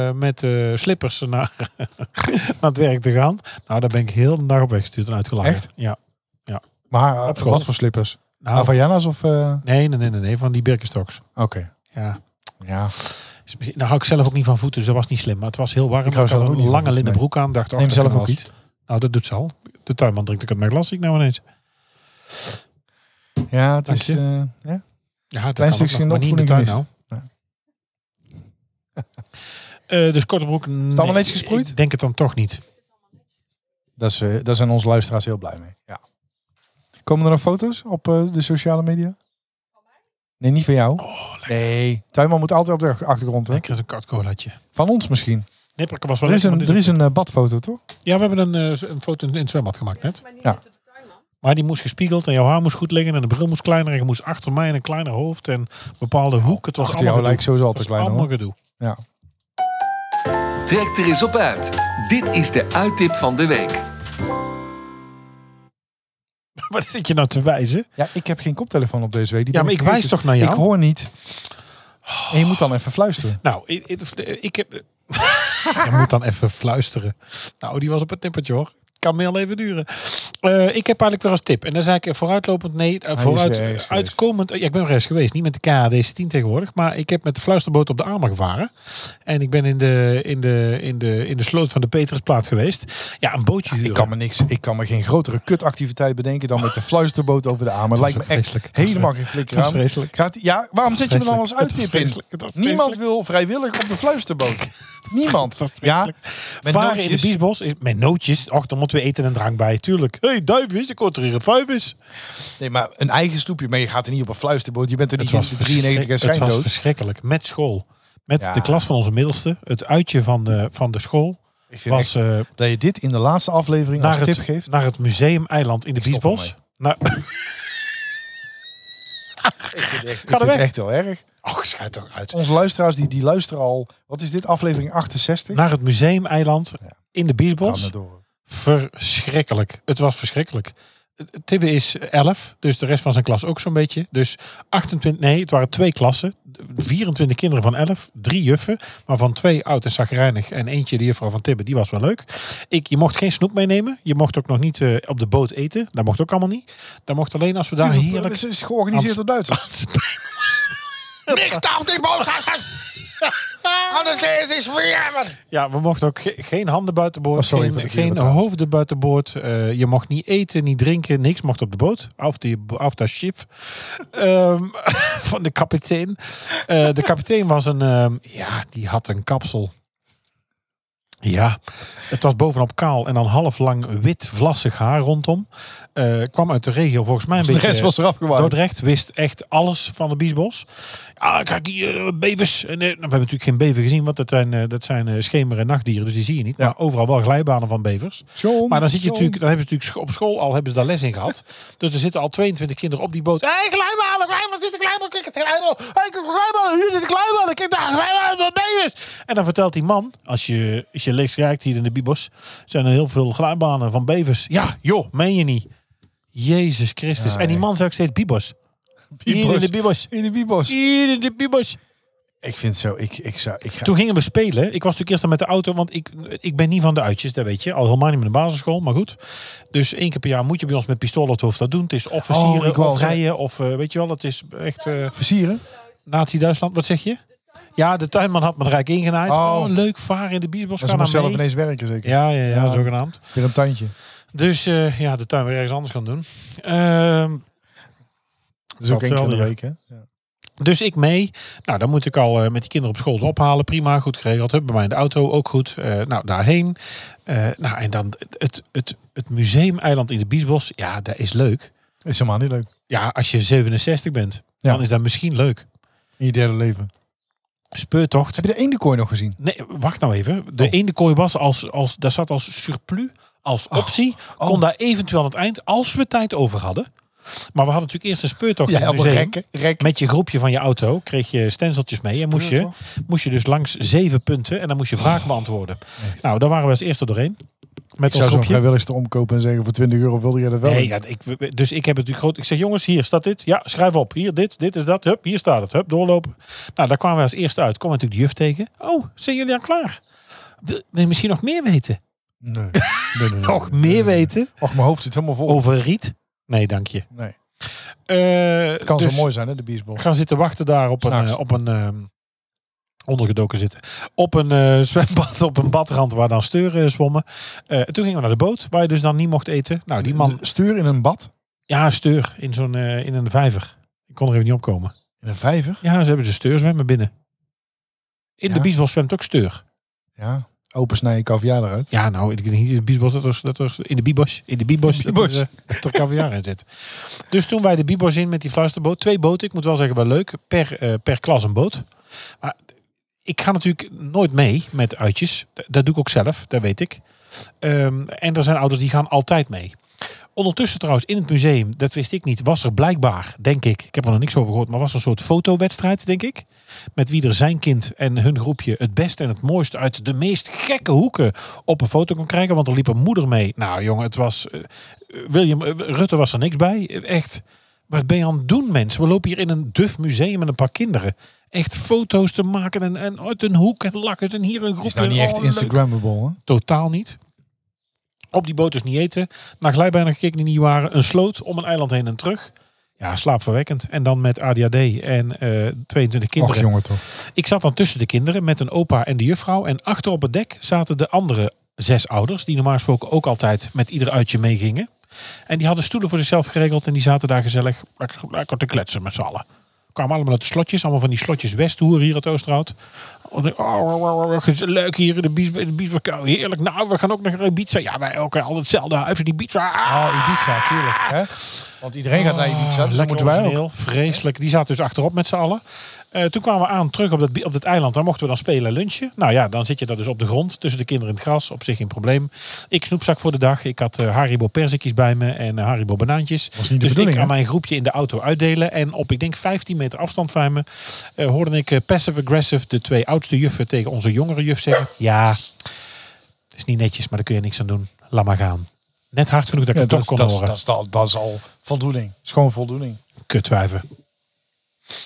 [SPEAKER 3] eh, met eh, slippers naar, naar het werk te gaan. Nou, daar ben ik heel de dag op weggestuurd en uitgelachen.
[SPEAKER 2] Echt?
[SPEAKER 3] Ja.
[SPEAKER 2] Maar eh,
[SPEAKER 3] Op school.
[SPEAKER 2] wat voor slippers?
[SPEAKER 3] Nou,
[SPEAKER 2] Havaianas of... eh,
[SPEAKER 3] nee, nee, nee, nee, nee, van die Birkenstocks.
[SPEAKER 2] Oké.
[SPEAKER 3] Ja.
[SPEAKER 2] Ja.
[SPEAKER 3] Is misschien- Nou hou ik zelf ook niet van voeten, dus dat was niet slim. Maar het was heel warm.
[SPEAKER 2] Ik
[SPEAKER 3] Ik
[SPEAKER 2] hou
[SPEAKER 3] had
[SPEAKER 2] zelf ook
[SPEAKER 3] een
[SPEAKER 2] niet van
[SPEAKER 3] lange
[SPEAKER 2] voeten,
[SPEAKER 3] linnen
[SPEAKER 2] nee.
[SPEAKER 3] broek aan. Dacht, ach,
[SPEAKER 2] Neem
[SPEAKER 3] dat
[SPEAKER 2] zelf
[SPEAKER 3] kan
[SPEAKER 2] ook
[SPEAKER 3] wel.
[SPEAKER 2] iets.
[SPEAKER 3] Nou, dat doet ze al. De tuinman drinkt ook uit mijn glas, zie ik nou ineens.
[SPEAKER 2] Ja, het
[SPEAKER 3] Dank
[SPEAKER 2] is...
[SPEAKER 3] je.
[SPEAKER 2] eh, ja?
[SPEAKER 3] Ja, dat
[SPEAKER 2] Klein
[SPEAKER 3] kan ook
[SPEAKER 2] stukje in de
[SPEAKER 3] nog, maar niet in de
[SPEAKER 2] opvoeding
[SPEAKER 3] tuin
[SPEAKER 2] gemist.
[SPEAKER 3] nou.
[SPEAKER 2] Ja.
[SPEAKER 3] Eh, dus korte broek. Is
[SPEAKER 2] allemaal netjes gesproeid?
[SPEAKER 3] Ik denk het dan toch niet.
[SPEAKER 2] Dat is, eh, daar zijn onze luisteraars heel blij mee. Ja. Komen er nog foto's op eh, de sociale media? Nee, niet van jou. nee. Tuinman moet altijd op de achtergrond. Hè?
[SPEAKER 3] Lekker een kort colaatje.
[SPEAKER 2] Van ons misschien.
[SPEAKER 3] Nipperken was wel
[SPEAKER 2] Er is
[SPEAKER 3] lekker,
[SPEAKER 2] een,
[SPEAKER 3] maar dit
[SPEAKER 2] er is een eh, badfoto, toch?
[SPEAKER 3] Ja, we hebben een, eh, een foto in het zwembad gemaakt net.
[SPEAKER 2] Ja.
[SPEAKER 3] Maar die moest gespiegeld en jouw haar moest goed liggen en de bril moest kleiner en je moest achter mij en een kleiner hoofd en een bepaalde hoek. Het was
[SPEAKER 2] Achter jou
[SPEAKER 3] allemaal
[SPEAKER 2] lijkt
[SPEAKER 3] gedoe.
[SPEAKER 2] sowieso
[SPEAKER 3] Het
[SPEAKER 2] altijd
[SPEAKER 3] was
[SPEAKER 2] kleiner.
[SPEAKER 3] allemaal
[SPEAKER 2] hoor.
[SPEAKER 3] gedoe.
[SPEAKER 2] Ja.
[SPEAKER 1] Trek er eens op uit. Dit is de uittip van de week.
[SPEAKER 3] Wat zit je nou te wijzen?
[SPEAKER 2] ja, ik heb geen koptelefoon op deze week. Die
[SPEAKER 3] Ja,
[SPEAKER 2] ben
[SPEAKER 3] maar ik
[SPEAKER 2] vergeten.
[SPEAKER 3] wijs toch naar jou?
[SPEAKER 2] Ik hoor niet. En je moet dan even fluisteren.
[SPEAKER 3] Nou, ik, ik- ik heb... je moet dan even fluisteren. Nou, die was op het nippertje hoor. Kan heel even duren. Eh, ik heb eigenlijk weer als tip. En dan zeg ik vooruitlopend, nee, eh,
[SPEAKER 2] is
[SPEAKER 3] vooruit,
[SPEAKER 2] weer ergens geweest.
[SPEAKER 3] uitkomend. Ja, ik ben weer eens geweest. Niet met de KHD's 10 tegenwoordig. Maar ik heb met de fluisterboot op de Amer gevaren. En ik ben in de, in de, in de, in de sloot van de Petrusplaat geweest. Ja, een bootje huren.
[SPEAKER 2] Ik kan, me niks, ik kan me geen grotere kutactiviteit bedenken dan met de fluisterboot over de Amer. Lijkt me
[SPEAKER 3] ook
[SPEAKER 2] echt
[SPEAKER 3] vreselijk. Het was
[SPEAKER 2] helemaal geen flikker
[SPEAKER 3] het
[SPEAKER 2] aan.
[SPEAKER 3] was vreselijk.
[SPEAKER 2] Gaat, ja, waarom zet je er dan als
[SPEAKER 3] vreselijk. Het was
[SPEAKER 2] uittip in?
[SPEAKER 3] vreselijk. Het was
[SPEAKER 2] Niemand
[SPEAKER 3] vreselijk.
[SPEAKER 2] wil vrijwillig op de fluisterboot. Niemand.
[SPEAKER 3] was
[SPEAKER 2] Ja, met
[SPEAKER 3] Varen in de
[SPEAKER 2] nootjes.
[SPEAKER 3] biesbos is met nootjes. Och, dan moeten we eten en drank bij. Tuurlijk. Hé, hey, duifjes. Ik hoor er hier een vuifjes.
[SPEAKER 2] Nee, maar een eigen sloepje. Maar je gaat er niet op een fluisterboot. Je bent er
[SPEAKER 3] Het
[SPEAKER 2] niet
[SPEAKER 3] was,
[SPEAKER 2] in 93 en
[SPEAKER 3] verschrik- het was
[SPEAKER 2] schijndood.
[SPEAKER 3] verschrikkelijk. Met school. Met
[SPEAKER 2] Ja.
[SPEAKER 3] de klas van onze middelste. Het uitje van de, van de school
[SPEAKER 2] Ik vind echt
[SPEAKER 3] was eh,
[SPEAKER 2] dat je dit in de laatste aflevering als
[SPEAKER 3] naar,
[SPEAKER 2] tip
[SPEAKER 3] het,
[SPEAKER 2] geeft.
[SPEAKER 3] naar het museum-eiland in de
[SPEAKER 2] stop
[SPEAKER 3] Biesbos. Nou,
[SPEAKER 2] Ga
[SPEAKER 3] er
[SPEAKER 2] dat
[SPEAKER 3] weg.
[SPEAKER 2] echt heel erg.
[SPEAKER 3] och, schijt toch uit.
[SPEAKER 2] Onze luisteraars die, die luisteren al. Wat is dit? Aflevering 68?
[SPEAKER 3] Naar het museum-eiland in de
[SPEAKER 2] Gaan
[SPEAKER 3] Biesbos.
[SPEAKER 2] we Nou, door.
[SPEAKER 3] Verschrikkelijk. Het was verschrikkelijk. Tibbe is 11, dus de rest van zijn klas ook zo'n beetje. Dus 28, nee, het waren twee klassen. 24 kinderen van 11, drie juffen, maar van twee oud en zagrijnig. En eentje, de juffrouw van Tibbe, die was wel leuk. Ik, je mocht geen snoep meenemen. Je mocht ook nog niet eh, op de boot eten. Dat mocht ook allemaal niet. Dat mocht alleen als we daar heerlijk...
[SPEAKER 2] Het is georganiseerd door Duitsers.
[SPEAKER 5] Nicht auf die Botschaft! Anders geht es schwer!
[SPEAKER 3] Ja, we mochten ook ge- geen handen buiten boord,
[SPEAKER 2] Oh, sorry voor
[SPEAKER 3] geen,
[SPEAKER 2] de
[SPEAKER 3] geen
[SPEAKER 2] dierenbetaling.
[SPEAKER 3] hoofden buiten boord. Eh, je mocht niet eten, niet drinken, niks mocht op de boot. Af de, af de schip Ehm, van de kapitein. Eh, de kapitein was een, ehm, ja, die had een kapsel. Ja, het was bovenop kaal en dan half lang wit vlassig haar rondom. Eh, kwam uit de regio volgens mij een
[SPEAKER 2] Dus De
[SPEAKER 3] beetje...
[SPEAKER 2] rest was eraf gewaaid.
[SPEAKER 3] Dordrecht wist echt alles van de biesbos. Ah, kijk hier, eh, bevers. En, eh, nou, we hebben natuurlijk geen bever gezien, want dat zijn, eh, dat zijn eh, schemer- en nachtdieren, dus die zie je niet.
[SPEAKER 2] Ja.
[SPEAKER 3] Maar overal wel glijbanen van bevers.
[SPEAKER 2] John,
[SPEAKER 3] Maar dan, zit je
[SPEAKER 2] John.
[SPEAKER 3] natuurlijk, dan hebben ze natuurlijk scho- op school al hebben ze daar les in gehad. Dus er zitten al 22 kinderen op die boot. Hé, hey, glijbanen, glijbanen, zit de glijbaan, kijk, het glijbaan. Hé, hey, glijbanen, hier zit de glijbaan, kijk daar, glijbanen, met bevers. En dan vertelt die man, als je, als je links kijkt hier in de biebos, zijn er heel veel glijbanen van bevers. Ja, joh, meen je niet. Jezus Christus. en die man zei ook steeds biebos. Hier in de biebos.
[SPEAKER 2] In de Ah, Bibos.
[SPEAKER 3] Hier in de biebos.
[SPEAKER 2] Ik vind het zo. Ik, ik zou, ik ga,
[SPEAKER 3] Toen gingen we spelen. Ik was natuurlijk eerst al met de auto, want ik, ik ben niet van de uitjes, dat weet je. Al helemaal niet met de basisschool, maar goed. Dus één keer per jaar moet je bij ons met pistool op het hoofd dat doen. Het is of
[SPEAKER 2] Oh, ik
[SPEAKER 3] versieren,
[SPEAKER 2] wou
[SPEAKER 3] of
[SPEAKER 2] zeggen-
[SPEAKER 3] rijden, of eh, weet je wel. Het is echt eh
[SPEAKER 2] versieren.
[SPEAKER 3] Nazi-Duitsland. Wat zeg je? Ja, de tuinman had me rijk ingenaaid.
[SPEAKER 2] Oh.
[SPEAKER 3] Oh, leuk varen in de
[SPEAKER 2] Dat
[SPEAKER 3] biesbos.
[SPEAKER 2] ze
[SPEAKER 3] Ga
[SPEAKER 2] maar
[SPEAKER 3] naar
[SPEAKER 2] zelf
[SPEAKER 3] mee.
[SPEAKER 2] ineens werken zeker.
[SPEAKER 3] Ja, ja, ja,
[SPEAKER 2] Ja.
[SPEAKER 3] zogenaamd.
[SPEAKER 2] Weer een tandje.
[SPEAKER 3] Dus eh, ja, de tuin weer ergens anders gaan doen. Ehm,
[SPEAKER 2] Dat is ook één keer in de
[SPEAKER 3] Hetzelfde, ja.
[SPEAKER 2] week hè. Ja.
[SPEAKER 3] Dus ik mee. Nou, dan moet ik al eh, met die kinderen op school ze ophalen. Prima, goed geregeld. Hup, bij mij in de auto, ook goed. Eh, nou, daarheen. Eh, nou, en dan het, het, het museum-eiland in de Biesbos. Ja, dat is leuk.
[SPEAKER 2] Is helemaal niet leuk.
[SPEAKER 3] Ja, als je 67 bent,
[SPEAKER 2] Ja.
[SPEAKER 3] dan is dat misschien leuk.
[SPEAKER 2] In je derde leven.
[SPEAKER 3] Speurtocht.
[SPEAKER 2] Heb je de eendekooi nog gezien?
[SPEAKER 3] Nee, wacht nou even. De
[SPEAKER 2] Oh.
[SPEAKER 3] eendekooi was als, als, daar zat als surplus, als optie.
[SPEAKER 2] oh.
[SPEAKER 3] Kon daar eventueel aan het eind, als we tijd over hadden. Maar we hadden natuurlijk eerst een speurtocht in het
[SPEAKER 2] allemaal
[SPEAKER 3] museum.
[SPEAKER 2] rekken. Rek.
[SPEAKER 3] Met je groepje van je auto kreeg je stenseltjes mee. En moest je, moest je dus langs zeven punten. En dan moest je vragen beantwoorden. Nou, daar waren we als eerste doorheen. Met
[SPEAKER 2] Ik zou
[SPEAKER 3] ons
[SPEAKER 2] zo'n
[SPEAKER 3] groepje.
[SPEAKER 2] vrijwilligster omkopen en zeggen voor 20 euro wilde jij dat wel.
[SPEAKER 3] Nee, ja, ik, dus ik heb het natuurlijk groot. Ik zeg, jongens, hier staat dit. Ja, schrijf op. Hier dit, dit is dat. Hup, hier staat het. Hup, doorlopen. Nou, daar kwamen we als eerste uit. Kom natuurlijk de juf tegen. Oh, zijn jullie al klaar? Wil wil je misschien nog meer weten?
[SPEAKER 2] Nee. Nee, nee, nee,
[SPEAKER 3] Nog
[SPEAKER 2] nee, nee,
[SPEAKER 3] meer
[SPEAKER 2] nee.
[SPEAKER 3] weten? Oh,
[SPEAKER 2] Och, mijn hoofd zit helemaal vol.
[SPEAKER 3] Over riet? Nee, dank je.
[SPEAKER 2] Nee.
[SPEAKER 3] Eh,
[SPEAKER 2] Het kan
[SPEAKER 3] dus
[SPEAKER 2] zo mooi zijn hè, de biesbol.
[SPEAKER 3] Gaan zitten wachten daar op een,
[SPEAKER 2] S'nachts.
[SPEAKER 3] eh, op een, eh, ondergedoken zitten. Op een eh, zwembad, op een badrand waar dan steuren eh, zwommen. Eh, toen gingen we naar de boot, waar je dus dan niet mocht eten. Nou, die man,
[SPEAKER 2] Stuur in een bad,
[SPEAKER 3] ja, steur in, zo'n, eh, in een vijver. Ik kon er even niet opkomen.
[SPEAKER 2] in een vijver.
[SPEAKER 3] Ja, ze hebben dus steurzwemmen binnen. In de
[SPEAKER 2] Ja.
[SPEAKER 3] biesbos zwemt ook steur.
[SPEAKER 2] Ja, open snijden kaviaar eruit.
[SPEAKER 3] Ja, nou, ik denk niet in de biesbos dat er, dat er in de biebos, in de biebos, dat er,
[SPEAKER 2] Biebos.
[SPEAKER 3] eh, dat er caviar in zit. Dus toen wij de biebos in met die fluisterboot, twee boten, ik moet wel zeggen wel leuk, per, eh, per klas een boot. Maar ik ga natuurlijk nooit mee met uitjes. D- Dat doe ik ook zelf, dat weet ik. Ehm, en er zijn ouders die gaan altijd mee. Ondertussen trouwens, in het museum, dat wist ik niet, was er blijkbaar, denk ik, ik heb er nog niks over gehoord, maar was er een soort fotowedstrijd, denk ik. Met wie er zijn kind en hun groepje het beste en het mooiste uit de meest gekke hoeken op een foto kon krijgen. Want er liep een moeder mee. Nou jongen, het was, eh, William eh, Rutte was er niks bij. Eh, Echt, wat ben je aan het doen mensen? We lopen hier in een duf museum met een paar kinderen. Echt foto's te maken en, en uit een hoek en lakken en hier een groepje.
[SPEAKER 2] Het is nou niet
[SPEAKER 3] Oh,
[SPEAKER 2] echt
[SPEAKER 3] leuk.
[SPEAKER 2] Instagrammable, hè?
[SPEAKER 3] Totaal niet. Op die boot dus niet eten. Naar glijbanen gekeken die niet waren. Een sloot om een eiland heen en terug. Ja, slaapverwekkend. En dan met ADHD en eh 22
[SPEAKER 2] Och,
[SPEAKER 3] kinderen.
[SPEAKER 2] jongen toch.
[SPEAKER 3] ik zat dan tussen de kinderen met een opa en de juffrouw. En achter op het dek zaten de andere zes ouders. Die normaal gesproken ook altijd met ieder uitje meegingen. En die hadden stoelen voor zichzelf geregeld. En die zaten daar gezellig lekker, lekker te kletsen met z'n allen. Kwamen allemaal uit de slotjes. Allemaal van die slotjes Westhoer hier uit Oosterhout. Oh, de- oh, oh, oh, oh, gez- leuk hier in de Bies- in de Biesbakkou. Heerlijk. Nou, we gaan ook naar Ibiza. Ja, wij ook. Altijd hetzelfde huis in die Ibiza. Ah,
[SPEAKER 2] Oh, Ibiza, tuurlijk. Hè? Want iedereen gaat naar Ibiza, dus
[SPEAKER 3] lekker
[SPEAKER 2] moeten wij ook.
[SPEAKER 3] origineel, vreselijk. Die zaten dus achterop met z'n allen. Eh, toen kwamen we aan terug op dat, bi- op dat eiland. Daar mochten we dan spelen en lunchen. Nou ja, dan zit je daar dus op de grond tussen de kinderen in het gras. Op zich geen probleem. Ik snoepzak voor de dag. Ik had eh, Haribo perzikjes bij me en eh, Haribo banaantjes.
[SPEAKER 2] Was niet de
[SPEAKER 3] dus ik
[SPEAKER 2] bedoeling,
[SPEAKER 3] aan
[SPEAKER 2] hè?
[SPEAKER 3] mijn groepje in de auto uitdelen. En op ik denk 15 meter afstand van me eh, hoorde ik eh, passive aggressive de twee oudste juffen tegen onze jongere juf zeggen. Ja, het is niet netjes, maar daar kun je niks aan doen. Laat maar gaan. Net hard genoeg dat ik
[SPEAKER 2] Ja,
[SPEAKER 3] het
[SPEAKER 2] dat,
[SPEAKER 3] toch
[SPEAKER 2] is-
[SPEAKER 3] kon
[SPEAKER 2] dat, is-
[SPEAKER 3] horen.
[SPEAKER 2] dat, is al- dat is al voldoening. Is gewoon voldoening.
[SPEAKER 3] Kutwijven.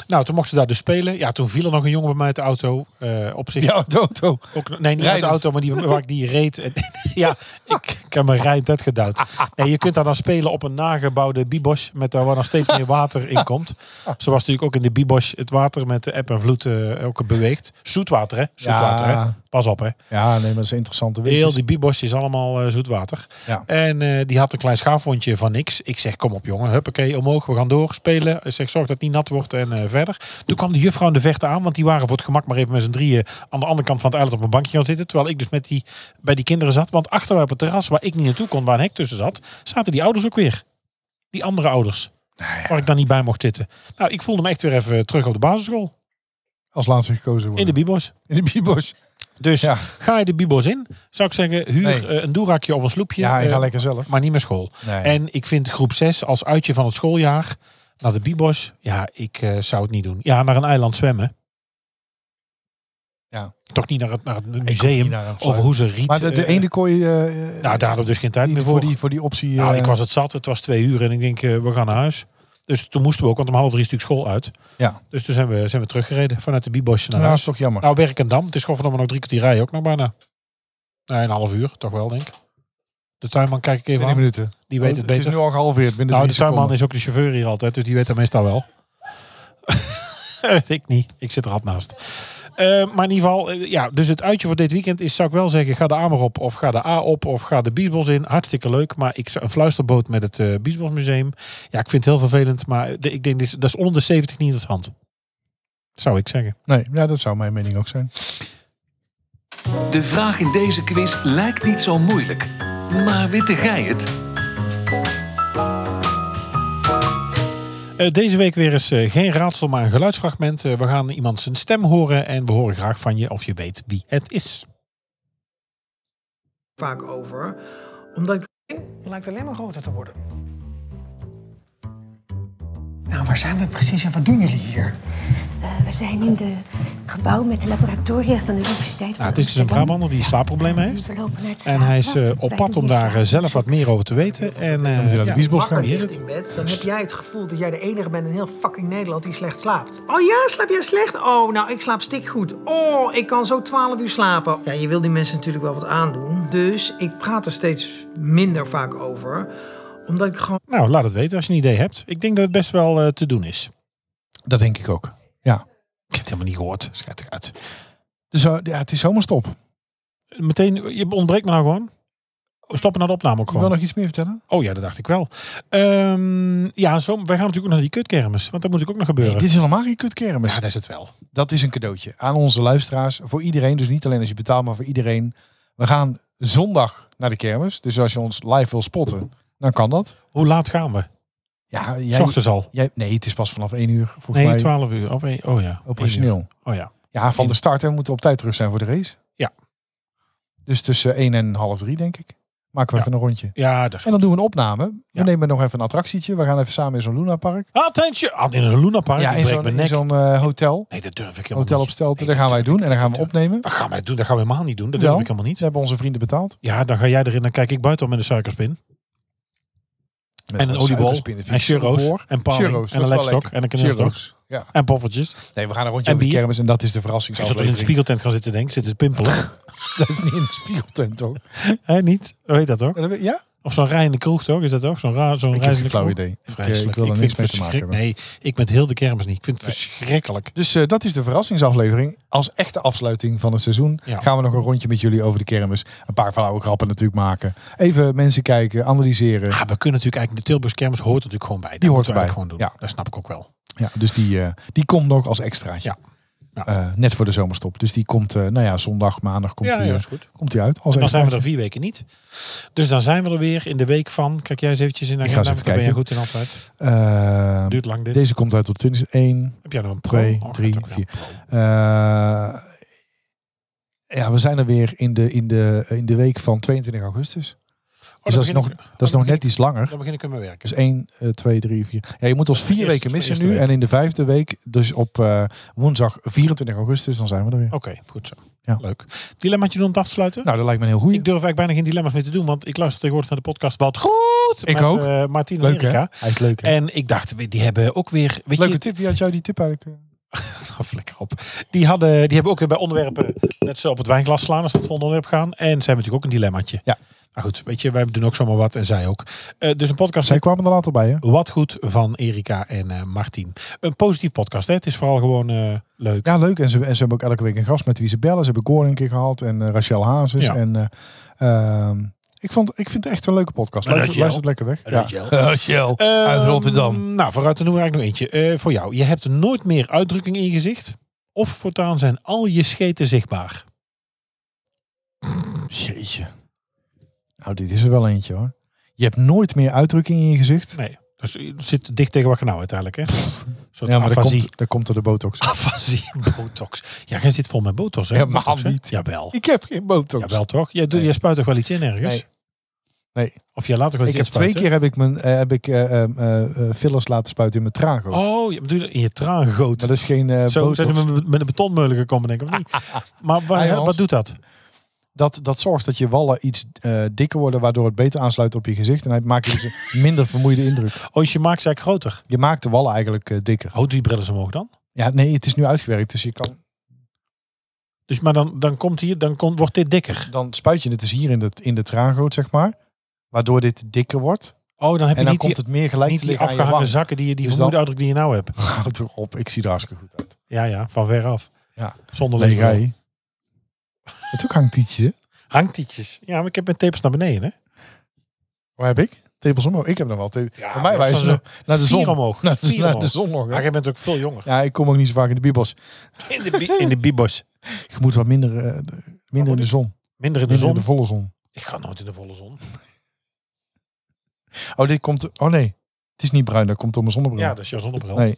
[SPEAKER 3] Nou, toen mochten ze daar dus spelen. Ja, toen viel er nog een jongen bij mij uit de auto. eh, op zich
[SPEAKER 2] Ja, Toto.
[SPEAKER 3] ook, nee, niet uit de
[SPEAKER 2] Rijdend.
[SPEAKER 3] auto, maar die, waar ik die reed. En, ja, ik, ik heb mijn rijd uitgedouwd. Nee, je kunt daar dan spelen op een nagebouwde bibos. Met daar waar nog steeds meer water in komt. Zo was natuurlijk ook in de bibos het water met de eb en vloed eh, ook beweegt. Zoetwater, hè? Zoetwater,
[SPEAKER 2] Ja.
[SPEAKER 3] hè? Pas op, hè?
[SPEAKER 2] Ja, nee, maar dat is een interessante
[SPEAKER 3] Heel
[SPEAKER 2] weetjes.
[SPEAKER 3] die bibos is allemaal eh, zoetwater.
[SPEAKER 2] Ja.
[SPEAKER 3] En eh, die had een klein schaafwondje van niks. Ik zeg, kom op jongen, huppakee, omhoog, we gaan door, spelen. Ik zeg, zorg dat het niet nat wordt en eh, verder. Toen kwam de juffrouw in de verte aan, want die waren voor het gemak maar even met z'n drieën aan de andere kant van het eiland op een bankje gaan zitten. Terwijl ik dus met die, bij die kinderen zat. Want achter mij op het terras, waar ik niet naartoe kon, waar een hek tussen zat, zaten die ouders ook weer. Die andere ouders,
[SPEAKER 2] Nou
[SPEAKER 3] waar ik dan niet bij mocht zitten. Nou, ik voelde me echt weer even terug op de basisschool,
[SPEAKER 2] Als laatste gekozen worden.
[SPEAKER 3] in de bibos.
[SPEAKER 2] In de Bibos.
[SPEAKER 3] Dus
[SPEAKER 2] Ja.
[SPEAKER 3] ga je de bibos in, zou ik zeggen, huur
[SPEAKER 2] Nee.
[SPEAKER 3] eh, een doerakje of een sloepje.
[SPEAKER 2] Ja, en
[SPEAKER 3] eh,
[SPEAKER 2] ga lekker zelf.
[SPEAKER 3] maar niet meer school.
[SPEAKER 2] Nee.
[SPEAKER 3] En ik vind groep 6 als uitje van het schooljaar naar de Bibos. Ja, ik eh, zou het niet doen. Ja, naar een eiland zwemmen.
[SPEAKER 2] Ja.
[SPEAKER 3] Toch niet naar het, naar het
[SPEAKER 2] Ik hoef niet
[SPEAKER 3] museum
[SPEAKER 2] naar een
[SPEAKER 3] over hoe ze riet.
[SPEAKER 2] Maar de, de
[SPEAKER 3] eh,
[SPEAKER 2] ene kooi... eh, eh,
[SPEAKER 3] nou, daar hadden we dus geen tijd
[SPEAKER 2] die-
[SPEAKER 3] meer
[SPEAKER 2] voor,
[SPEAKER 3] voor.
[SPEAKER 2] die, voor die optie...
[SPEAKER 3] nou,
[SPEAKER 2] eh,
[SPEAKER 3] ik was het zat. Het was twee uur en ik denk, eh, we gaan naar huis. Dus toen moesten we ook, want om half drie is natuurlijk school uit.
[SPEAKER 2] Ja.
[SPEAKER 3] Dus toen zijn we, zijn we teruggereden vanuit de Bibos naar
[SPEAKER 2] nou, dat
[SPEAKER 3] huis.
[SPEAKER 2] is toch jammer.
[SPEAKER 3] Nou, Werkendam. Het is gewoon nog drie kwartier rijden ook nog bijna. Nee, een half uur. Toch wel, denk ik. De tuinman kijk ik even
[SPEAKER 2] 20
[SPEAKER 3] aan.
[SPEAKER 2] minuten. Oh,
[SPEAKER 3] Die weet het beter.
[SPEAKER 2] is nu al gehalveerd binnen
[SPEAKER 3] Nou, de
[SPEAKER 2] drie
[SPEAKER 3] tuinman
[SPEAKER 2] seconden.
[SPEAKER 3] is ook de chauffeur hier altijd, dus die weet dat meestal wel. ik niet. Ik zit er hard naast. Eh, maar in ieder geval, eh, ja, dus het uitje voor dit weekend is, zou ik wel zeggen, ga de Amer op of ga de A op of ga de Biesbos in. Hartstikke leuk, maar ik zou- een fluisterboot met het eh Biesbosmuseum. Ja, ik vind het heel vervelend, maar de- ik denk, dit is- dat is onder de 70 niet het hand. Zou ik zeggen.
[SPEAKER 2] Nee, ja, dat zou mijn mening ook zijn.
[SPEAKER 1] De vraag in deze quiz lijkt niet zo moeilijk. Maar witte gij het?
[SPEAKER 3] Eh, deze week weer eens eh, geen raadsel, maar een geluidsfragment. Eh, we gaan iemand zijn stem horen en we horen graag van je of je weet wie het is.
[SPEAKER 6] vaak over. Omdat ik
[SPEAKER 5] Het lijkt alleen maar groter te worden. Nou, waar zijn we precies en wat doen jullie hier?
[SPEAKER 7] Eh, we zijn in het gebouw met de laboratoria van de Universiteit van
[SPEAKER 3] Nou, het is dus een
[SPEAKER 7] Amsterdam.
[SPEAKER 3] Brabander die slaapproblemen heeft.
[SPEAKER 7] We lopen naar het
[SPEAKER 3] En hij is eh,
[SPEAKER 7] slaapbad.
[SPEAKER 3] op
[SPEAKER 7] Wij
[SPEAKER 3] pad
[SPEAKER 7] doen
[SPEAKER 3] om
[SPEAKER 7] hier
[SPEAKER 3] daar eh,
[SPEAKER 7] samen
[SPEAKER 3] zelf wat meer over te weten. En eh,
[SPEAKER 2] hij naar de
[SPEAKER 3] ja,
[SPEAKER 2] biesbos
[SPEAKER 3] wakker
[SPEAKER 6] wakker
[SPEAKER 3] is
[SPEAKER 6] ligt
[SPEAKER 3] het.
[SPEAKER 6] in bed, dan heb jij het gevoel dat jij de enige bent in heel fucking Nederland die slecht slaapt. Oh ja, slaap jij slecht? Oh, nou, ik slaap stikgoed. Oh, ik kan zo 12 uur slapen. Ja, je wil die mensen natuurlijk wel wat aandoen. Dus ik praat er steeds minder vaak over. Omdat ik gewoon
[SPEAKER 3] Nou, laat het weten als je een idee hebt. Ik denk dat het best wel eh, te doen is.
[SPEAKER 2] Dat denk ik ook. Ja.
[SPEAKER 3] Ik heb het helemaal niet gehoord. Schijt eruit.
[SPEAKER 2] Dus eh, ja, het is zomaar stop.
[SPEAKER 3] Meteen, je ontbreekt me nou gewoon. We stoppen naar de opname ook
[SPEAKER 2] Je wil
[SPEAKER 3] gewoon.
[SPEAKER 2] nog iets meer vertellen?
[SPEAKER 3] Oh ja, dat dacht ik wel. Ehm, ja, zo, wij gaan natuurlijk ook naar die kutkermis. Want dat moet natuurlijk ook nog gebeuren.
[SPEAKER 2] Nee, dit is helemaal geen kutkermis.
[SPEAKER 3] ja, dat is het wel.
[SPEAKER 2] Dat is een cadeautje aan onze luisteraars. Voor iedereen, dus niet alleen als je betaalt, maar voor iedereen. We gaan zondag naar de kermis. Dus als je ons live wil spotten, dan kan dat.
[SPEAKER 3] Hoe laat gaan we?
[SPEAKER 2] Ja,
[SPEAKER 3] S
[SPEAKER 2] jij,
[SPEAKER 3] Ochtends al.
[SPEAKER 2] jij, nee, het is pas vanaf 1 uur volgens
[SPEAKER 3] Nee,
[SPEAKER 2] mij
[SPEAKER 3] 12 uur. Of één- oh ja. één
[SPEAKER 2] operationeel.
[SPEAKER 3] uur. Oh ja.
[SPEAKER 2] Ja, van de start hè, we moeten op tijd terug zijn voor de race.
[SPEAKER 3] Ja.
[SPEAKER 2] Dus tussen 1 en half 3 denk ik. Maken we
[SPEAKER 3] Ja.
[SPEAKER 2] even een rondje.
[SPEAKER 3] Ja, dat is
[SPEAKER 2] En dan doen we een opname. We
[SPEAKER 3] Ja.
[SPEAKER 2] nemen nog even een attractietje. We gaan even samen in zo'n lunapark.
[SPEAKER 3] Attentie! Ah, in een lunapark.
[SPEAKER 2] ja,
[SPEAKER 3] Ja, ik
[SPEAKER 2] in
[SPEAKER 3] breek mijn
[SPEAKER 2] zo'n
[SPEAKER 3] nek.
[SPEAKER 2] in zo'n, eh, hotel.
[SPEAKER 3] Nee, dat durf ik helemaal
[SPEAKER 2] Hotel
[SPEAKER 3] niet.
[SPEAKER 2] op Stelten.
[SPEAKER 3] Nee,
[SPEAKER 2] dat gaan wij doen. En dan gaan we
[SPEAKER 3] durf ik Ah,
[SPEAKER 2] opnemen.
[SPEAKER 3] Dat gaan wij doen. Dat gaan we helemaal niet doen. Dat durf
[SPEAKER 2] Wel.
[SPEAKER 3] ik helemaal niet.
[SPEAKER 2] Ze hebben onze vrienden betaald.
[SPEAKER 3] Ja, dan ga jij erin. Dan kijk ik buiten al met een suikerspin.
[SPEAKER 2] Met
[SPEAKER 3] En een oliebol.
[SPEAKER 2] suikerspinnen vind ik
[SPEAKER 3] En churros.
[SPEAKER 2] supergoor.
[SPEAKER 3] En paling.
[SPEAKER 2] Churros, dat
[SPEAKER 3] En een
[SPEAKER 2] is wel
[SPEAKER 3] lekstok.
[SPEAKER 2] lekker.
[SPEAKER 3] En een knelstok.
[SPEAKER 2] Churros. Ja.
[SPEAKER 3] En poffertjes.
[SPEAKER 2] Nee, we gaan een rondje
[SPEAKER 3] En
[SPEAKER 2] over de
[SPEAKER 3] bier.
[SPEAKER 2] kermis. En dat is de
[SPEAKER 3] Ik zat in
[SPEAKER 2] verrassingsaflevering.
[SPEAKER 3] een spiegeltent gaan zitten denken. Zitten te pimpelen.
[SPEAKER 2] dat is niet in de spiegeltent, toch?
[SPEAKER 3] Hé, niet? Hoe heet dat toch?
[SPEAKER 2] Ja? dat weet- ja?
[SPEAKER 3] Of zo'n rij in de kroeg toch? Is dat ook? Zo'n ra- zo'n
[SPEAKER 2] Ik
[SPEAKER 3] reis
[SPEAKER 2] heb
[SPEAKER 3] in
[SPEAKER 2] geen
[SPEAKER 3] de
[SPEAKER 2] flauw
[SPEAKER 3] kroeg?
[SPEAKER 2] idee. Ik, eh,
[SPEAKER 3] Vreselijk.
[SPEAKER 2] ik wil er
[SPEAKER 3] vind
[SPEAKER 2] niks mee
[SPEAKER 3] het
[SPEAKER 2] te maken
[SPEAKER 3] verschrik-
[SPEAKER 2] hebben.
[SPEAKER 3] Nee, ik met heel de kermis niet. Ik vind het verschrikkelijk.
[SPEAKER 2] Dus eh, dat is de verrassingsaflevering. Als echte afsluiting van het seizoen
[SPEAKER 3] Ja.
[SPEAKER 2] gaan we nog een rondje met jullie over de kermis. Een paar flauwe grappen natuurlijk maken. Even mensen kijken, analyseren.
[SPEAKER 3] Ah, we kunnen natuurlijk eigenlijk... De Tilburgs kermis hoort er natuurlijk gewoon bij. Dat
[SPEAKER 2] Die hoort
[SPEAKER 3] moeten we
[SPEAKER 2] erbij.
[SPEAKER 3] eigenlijk Gewoon doen. Dat snap ik ook wel.
[SPEAKER 2] Ja, dus die, eh, die komt nog als extraatje.
[SPEAKER 3] Ja. Ja.
[SPEAKER 2] Eh, net voor de zomerstop. Dus die komt, eh, nou ja, zondag, maandag komt, die, eh,
[SPEAKER 3] goed.
[SPEAKER 2] komt die uit. Als
[SPEAKER 3] Dan zijn we er
[SPEAKER 2] extraatje.
[SPEAKER 3] vier weken niet. Dus dan zijn we er weer in de week van... Kijk jij eens eventjes in de
[SPEAKER 2] Ik ga
[SPEAKER 3] agenda.
[SPEAKER 2] eens
[SPEAKER 3] want
[SPEAKER 2] even
[SPEAKER 3] daar ben je
[SPEAKER 2] kijken.
[SPEAKER 3] goed in altijd.
[SPEAKER 2] Eh,
[SPEAKER 3] Duurt lang dit.
[SPEAKER 2] deze komt uit op 20. 1,
[SPEAKER 3] Heb jij nog een pro?
[SPEAKER 2] twee,
[SPEAKER 3] Oh,
[SPEAKER 2] drie,
[SPEAKER 3] dat ook, ja,
[SPEAKER 2] vier.
[SPEAKER 3] pro.
[SPEAKER 2] Eh, ja, we zijn er weer in de, in, de, in de week van 22 augustus.
[SPEAKER 3] dan
[SPEAKER 2] dus dat is,
[SPEAKER 3] begin
[SPEAKER 2] nog,
[SPEAKER 3] ik-
[SPEAKER 2] dat is
[SPEAKER 3] dan
[SPEAKER 2] nog
[SPEAKER 3] begin
[SPEAKER 2] net iets langer.
[SPEAKER 3] Dan begin ik met mijn werken.
[SPEAKER 2] Dus 1, 2, 3, 4. Ja, je moet ons
[SPEAKER 3] is de
[SPEAKER 2] vier
[SPEAKER 3] eerste-
[SPEAKER 2] weken
[SPEAKER 3] dat is de
[SPEAKER 2] missen nu.
[SPEAKER 3] eerste week.
[SPEAKER 2] En in de vijfde week, dus op eh, woensdag 24 augustus, dan zijn we er weer.
[SPEAKER 3] Oké, goed zo.
[SPEAKER 2] Ja.
[SPEAKER 3] Leuk. Dilemmaatje doen om het af te sluiten?
[SPEAKER 2] Nou, dat lijkt me een heel goed.
[SPEAKER 3] Ik durf eigenlijk bijna geen dilemma's meer te doen, want ik luister tegenwoordig naar de podcast Wat Goed!
[SPEAKER 2] Ik
[SPEAKER 3] met,
[SPEAKER 2] ook.
[SPEAKER 3] eh, Martien en
[SPEAKER 2] Leuk, hè?
[SPEAKER 3] Erika.
[SPEAKER 2] Hij is leuk, hè?
[SPEAKER 3] En ik dacht, we- die hebben ook weer... Weet
[SPEAKER 2] Leuke
[SPEAKER 3] je,
[SPEAKER 2] tip. Wie had jou die tip eigenlijk? eh?
[SPEAKER 3] Oh, flikker op. Die, hadden, die hebben ook weer bij onderwerpen net zo op het wijnglas slaan als dat we onderwerp gaan. En ze hebben natuurlijk ook een dilemmaatje.
[SPEAKER 2] Ja.
[SPEAKER 3] Maar goed, weet je, wij doen ook zomaar wat en zij ook. Eh, dus een podcast
[SPEAKER 2] Zij kwamen er later bij, hè?
[SPEAKER 3] Wat Goed van Erika en eh, Martien. Een positief podcast, hè? Het is vooral gewoon eh, leuk.
[SPEAKER 2] Ja, leuk. En ze, en ze hebben ook elke week een gast met wie ze bellen. Ze hebben Goor een keer gehad en eh, Rachel Hazes.
[SPEAKER 3] Ja.
[SPEAKER 2] En, eh, ehm, ik, vond, ik vind het echt een leuke podcast. Luister,
[SPEAKER 3] Rachel.
[SPEAKER 2] luistert lekker weg.
[SPEAKER 3] Rachel.
[SPEAKER 2] Rachel.
[SPEAKER 3] Ehm,
[SPEAKER 2] Uit Rotterdam.
[SPEAKER 3] Nou, vooruit dan doen we eigenlijk nog eentje. Eh, voor jou. Je hebt nooit meer uitdrukking in je gezicht. Of voortaan zijn al je scheten zichtbaar.
[SPEAKER 2] Jeetje. Nou, dit is er wel eentje, hoor. Je hebt nooit meer uitdrukking in je gezicht.
[SPEAKER 3] Nee, dat is- dat zit dicht tegen wat je nou uiteindelijk, hè? Een soort
[SPEAKER 2] Ja, maar daar
[SPEAKER 3] afasie.
[SPEAKER 2] komt, daar komt er de botox.
[SPEAKER 3] Afasie, botox. Ja, jij zit vol met botox, hè?
[SPEAKER 2] Helemaal
[SPEAKER 3] Botox, hè?
[SPEAKER 2] niet.
[SPEAKER 3] Jawel.
[SPEAKER 2] Ik heb geen botox.
[SPEAKER 3] Jawel, toch? Jij, doet-
[SPEAKER 2] Nee.
[SPEAKER 3] jij spuit toch wel iets in ergens?
[SPEAKER 2] Nee. Nee.
[SPEAKER 3] Of jij laat toch wel
[SPEAKER 2] Ik
[SPEAKER 3] iets
[SPEAKER 2] heb
[SPEAKER 3] in
[SPEAKER 2] twee
[SPEAKER 3] spuiten?
[SPEAKER 2] keer heb ik mijn eh, heb ik eh, ehm, eh, eh, fillers laten spuiten in mijn traangoot.
[SPEAKER 3] Oh, je bedoelt in je traan
[SPEAKER 2] Maar dat is geen eh
[SPEAKER 3] Zo
[SPEAKER 2] botox.
[SPEAKER 3] zijn we met- met een betonmeulen gekomen, denk ik. of niet? Maar waar-
[SPEAKER 2] Ah, Jans.
[SPEAKER 3] wat doet dat?
[SPEAKER 2] Dat, dat zorgt dat je wallen iets eh, dikker worden, waardoor het beter aansluit op je gezicht. En hij maakt je dus een minder vermoeide indruk.
[SPEAKER 3] Oh, is je maakt ze eigenlijk groter.
[SPEAKER 2] Je maakt de wallen eigenlijk eh, dikker.
[SPEAKER 3] Houdt die brillen omhoog dan?
[SPEAKER 2] Ja, nee, het is nu uitgewerkt. Dus je kan,
[SPEAKER 3] Dus, maar dan, dan komt hier, dan komt, wordt dit dikker.
[SPEAKER 2] dan spuit je het dus hier in de, in de traangoot, zeg maar. Waardoor dit dikker wordt.
[SPEAKER 3] Oh, dan
[SPEAKER 2] En
[SPEAKER 3] heb je
[SPEAKER 2] dan
[SPEAKER 3] niet
[SPEAKER 2] komt
[SPEAKER 3] die,
[SPEAKER 2] het meer gelijk
[SPEAKER 3] niet
[SPEAKER 2] te
[SPEAKER 3] die
[SPEAKER 2] liggen aan je
[SPEAKER 3] afgehangen
[SPEAKER 2] wang.
[SPEAKER 3] zakken die je die
[SPEAKER 2] Dus dan-
[SPEAKER 3] vermoeden die je nou hebt.
[SPEAKER 2] Houd erop, ik zie er hartstikke goed uit.
[SPEAKER 3] Ja, ja, van ver af.
[SPEAKER 2] Ja.
[SPEAKER 3] Zonder
[SPEAKER 2] Nee,
[SPEAKER 3] lezen.
[SPEAKER 2] ga je. Het is ook hangtietje. hè?
[SPEAKER 3] Hangtietjes. Ja, maar ik heb mijn tapes naar beneden, hè?
[SPEAKER 2] Waar heb ik? Tepels omhoog. Ik heb nog wel tepels.
[SPEAKER 3] Ja,
[SPEAKER 2] Bij mij
[SPEAKER 3] maar
[SPEAKER 2] wijzen
[SPEAKER 3] staan
[SPEAKER 2] ze naar de
[SPEAKER 3] vier
[SPEAKER 2] zon.
[SPEAKER 3] omhoog.
[SPEAKER 2] Naar de,
[SPEAKER 3] Vier
[SPEAKER 2] naar de
[SPEAKER 3] omhoog.
[SPEAKER 2] zon nog. hè?
[SPEAKER 3] Maar jij bent ook veel jonger.
[SPEAKER 2] Ja, ik kom ook niet zo vaak in de bibos.
[SPEAKER 3] In de, bi- in de bibos.
[SPEAKER 2] Je moet wat minder, eh, de- minder in de zon.
[SPEAKER 3] Minder in Oh, de
[SPEAKER 2] Minder in de
[SPEAKER 3] zon.
[SPEAKER 2] volle zon.
[SPEAKER 3] Ik ga nooit in de volle zon.
[SPEAKER 2] Oh, dit komt... Oh nee, het is niet bruin. Dat komt door mijn zonnebril.
[SPEAKER 3] Ja, dat is jouw zonnebril.
[SPEAKER 2] Nee.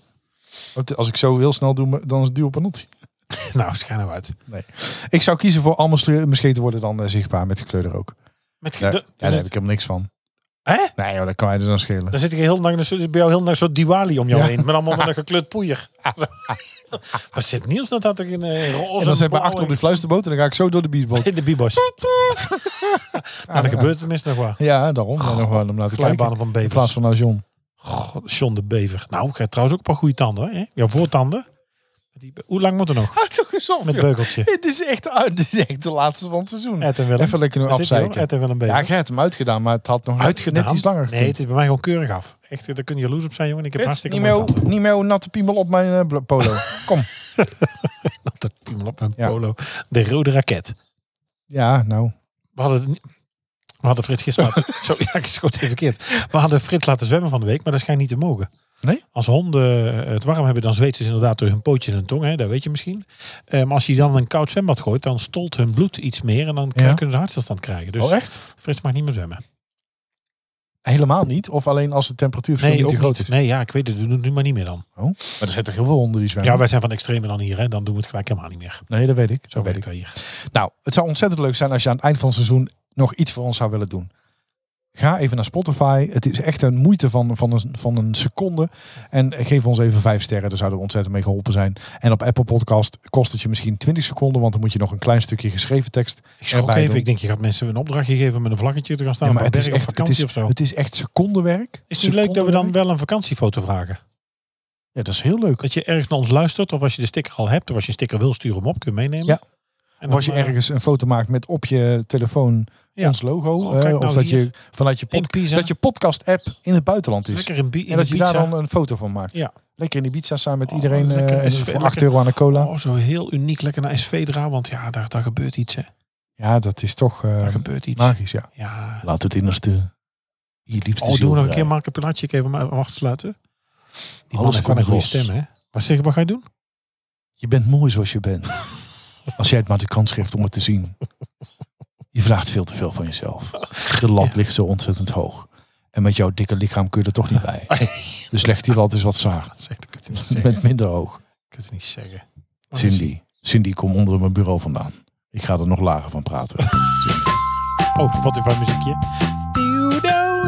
[SPEAKER 2] Want Als ik zo heel snel doe, dan is het duur op een notje.
[SPEAKER 3] Nou, schijn nou uit.
[SPEAKER 2] Ik zou kiezen voor allemaal sle- misschien te worden dan eh, zichtbaar met gekleurde rook.
[SPEAKER 3] Met,
[SPEAKER 2] Ja,
[SPEAKER 3] de-
[SPEAKER 2] ja, daar heb ik helemaal niks van.
[SPEAKER 3] Hè?
[SPEAKER 2] Nee joh, dat kan mij dus dan schelen.
[SPEAKER 3] Dan zit ik heel lang, dan zit bij jou heel lang een soort Diwali om jou
[SPEAKER 2] Ja.
[SPEAKER 3] heen. Met allemaal met een gekleurd poeier. maar zit Niels nou dat ik in eh, roze...
[SPEAKER 2] en dan zijn we
[SPEAKER 3] blauw
[SPEAKER 2] achter op die fluisterboot en dan ga ik zo door de biesboot.
[SPEAKER 3] In de bibos. nou, dan gebeurt het tenminste nog wel.
[SPEAKER 2] Ja, daarom. En nog wel om naar te
[SPEAKER 3] Glijbaan
[SPEAKER 2] kijken.
[SPEAKER 3] op een
[SPEAKER 2] In
[SPEAKER 3] bever.
[SPEAKER 2] plaats van naar John.
[SPEAKER 3] God, John de Bever. Nou, ik heb trouwens ook een paar goede tanden. Hè? Ja, voortanden. Die, hoe lang moet er nog?
[SPEAKER 2] Houd toch eens op,
[SPEAKER 3] Met
[SPEAKER 2] joh.
[SPEAKER 3] beugeltje.
[SPEAKER 2] Dit is echt, ah, dit is echt de laatste van het seizoen.
[SPEAKER 3] Ed en Willem.
[SPEAKER 2] Even lekker nog
[SPEAKER 3] Waar zit hij, hoor?
[SPEAKER 2] afzeiken.
[SPEAKER 3] Ed en Willem Beek.
[SPEAKER 2] Ja, ik heb hem uitgedaan, maar het had nog net-
[SPEAKER 3] Uitgedaan?
[SPEAKER 2] net iets langer
[SPEAKER 3] Nee, het
[SPEAKER 2] gekund.
[SPEAKER 3] is bij mij gewoon keurig af. Echt, daar kun je jaloers op zijn, jongen. Ik heb
[SPEAKER 2] Ed,
[SPEAKER 3] hartstikke
[SPEAKER 2] niet, meer,
[SPEAKER 3] moeite
[SPEAKER 2] hoe- niet meer hoe natte piemel op mijn eh, bl- polo. Kom.
[SPEAKER 3] aan. Dat de piemel op mijn
[SPEAKER 2] Ja.
[SPEAKER 3] polo. De rode raket.
[SPEAKER 2] Ja, nou.
[SPEAKER 3] We hadden, het niet- we hadden Frits gisteren... laten- Zo, ja, ik schoot even verkeerd. We hadden Frits laten zwemmen van de week, maar dat schijnt niet te mogen.
[SPEAKER 2] Nee?
[SPEAKER 3] Als honden het warm hebben, dan zweten ze inderdaad door hun pootje en hun tong. Hè, dat weet je misschien. Eh, maar als je dan een koud zwembad gooit, dan stolt hun bloed iets meer. En dan k-
[SPEAKER 2] Ja.
[SPEAKER 3] kunnen ze hartstilstand krijgen. Dus
[SPEAKER 2] oh, echt?
[SPEAKER 3] Frits mag niet meer zwemmen.
[SPEAKER 2] Helemaal niet? Of alleen als de temperatuurverschil
[SPEAKER 3] Nee,
[SPEAKER 2] niet te
[SPEAKER 3] ook
[SPEAKER 2] groot
[SPEAKER 3] niet.
[SPEAKER 2] is?
[SPEAKER 3] Nee, ja, ik weet het. We doen het nu maar niet meer dan.
[SPEAKER 2] Oh, maar er zijn toch heel veel honden die zwemmen?
[SPEAKER 3] Ja, wij zijn van extremer dan hier. Hè. Dan doen we het gelijk helemaal niet meer.
[SPEAKER 2] Nee, dat weet ik.
[SPEAKER 3] Zo
[SPEAKER 2] dat weet ik.
[SPEAKER 3] dat hier.
[SPEAKER 2] Nou, het zou ontzettend leuk zijn als je aan het eind van het seizoen nog iets voor ons zou willen doen. Ga even naar Spotify. Het is echt een moeite van, van, een, van een seconde. En geef ons even vijf sterren. Daar zouden we ontzettend mee geholpen zijn. En op Apple Podcast kost het je misschien 20 seconden. Want dan moet je nog een klein stukje geschreven tekst
[SPEAKER 3] Ik schrok
[SPEAKER 2] erbij
[SPEAKER 3] even.
[SPEAKER 2] doen.
[SPEAKER 3] Ik denk, je gaat mensen een opdrachtje geven met een vlaggetje te gaan staan.
[SPEAKER 2] Ja,
[SPEAKER 3] maar
[SPEAKER 2] maar het is,
[SPEAKER 3] op
[SPEAKER 2] echt, het,
[SPEAKER 3] vakantie
[SPEAKER 2] is,
[SPEAKER 3] of zo.
[SPEAKER 2] het is echt secondenwerk.
[SPEAKER 3] is het niet leuk dat we dan
[SPEAKER 2] Secondenwerk.
[SPEAKER 3] wel een vakantiefoto vragen?
[SPEAKER 2] Ja, dat is heel leuk.
[SPEAKER 3] Dat je ergens naar ons luistert. Of als je de sticker al hebt. Of als je een sticker wil, stuur hem op. Kun je meenemen.
[SPEAKER 2] Ja.
[SPEAKER 3] En
[SPEAKER 2] Of als je
[SPEAKER 3] dan, eh,
[SPEAKER 2] ergens een foto maakt met op je telefoon
[SPEAKER 3] Ja.
[SPEAKER 2] ons logo.
[SPEAKER 3] Oh, kijk
[SPEAKER 2] eh,
[SPEAKER 3] nou
[SPEAKER 2] of dat
[SPEAKER 3] hier.
[SPEAKER 2] je, vanuit je, pod-
[SPEAKER 3] in Pisa,
[SPEAKER 2] dat je podcast-app in het buitenland is.
[SPEAKER 3] lekker in, Bi- in
[SPEAKER 2] En dat je
[SPEAKER 3] Ibiza.
[SPEAKER 2] daar dan een foto van maakt.
[SPEAKER 3] Ja.
[SPEAKER 2] Lekker in Ibiza samen met
[SPEAKER 3] Oh,
[SPEAKER 2] iedereen. eh,
[SPEAKER 3] lekker
[SPEAKER 2] en
[SPEAKER 3] SV,
[SPEAKER 2] voor 8
[SPEAKER 3] lekker.
[SPEAKER 2] euro aan de cola.
[SPEAKER 3] Oh, zo heel uniek. Lekker naar SV draaien. Want ja, daar, daar gebeurt iets. Hè.
[SPEAKER 2] Ja, dat is toch eh,
[SPEAKER 3] Daar gebeurt iets.
[SPEAKER 2] magisch, ja.
[SPEAKER 3] Ja.
[SPEAKER 2] Laat het innerste, je liefste
[SPEAKER 3] Oh, doen we nog een keer Marco Pilatschik even maar af te sluiten. Die man
[SPEAKER 2] Alles
[SPEAKER 3] heeft gewoon een
[SPEAKER 2] komt
[SPEAKER 3] goede
[SPEAKER 2] los.
[SPEAKER 3] stem, hè? Wat zeg je, wat ga je doen?
[SPEAKER 2] Je bent mooi zoals je bent. Als jij het maar de kans geeft om het te zien. Je vraagt veel te veel van jezelf. De lat
[SPEAKER 3] Ja.
[SPEAKER 2] ligt zo ontzettend hoog. En met jouw dikke lichaam kun je er toch niet bij. Dus leg die lat eens wat zacht.
[SPEAKER 3] Zeg, dat kun je niet
[SPEAKER 2] Met minder hoog.
[SPEAKER 3] Ik kan het niet zeggen.
[SPEAKER 2] Cindy. Cindy, kom onder mijn bureau vandaan. Ik ga er nog lager van praten.
[SPEAKER 3] Oh, Spotify muziekje.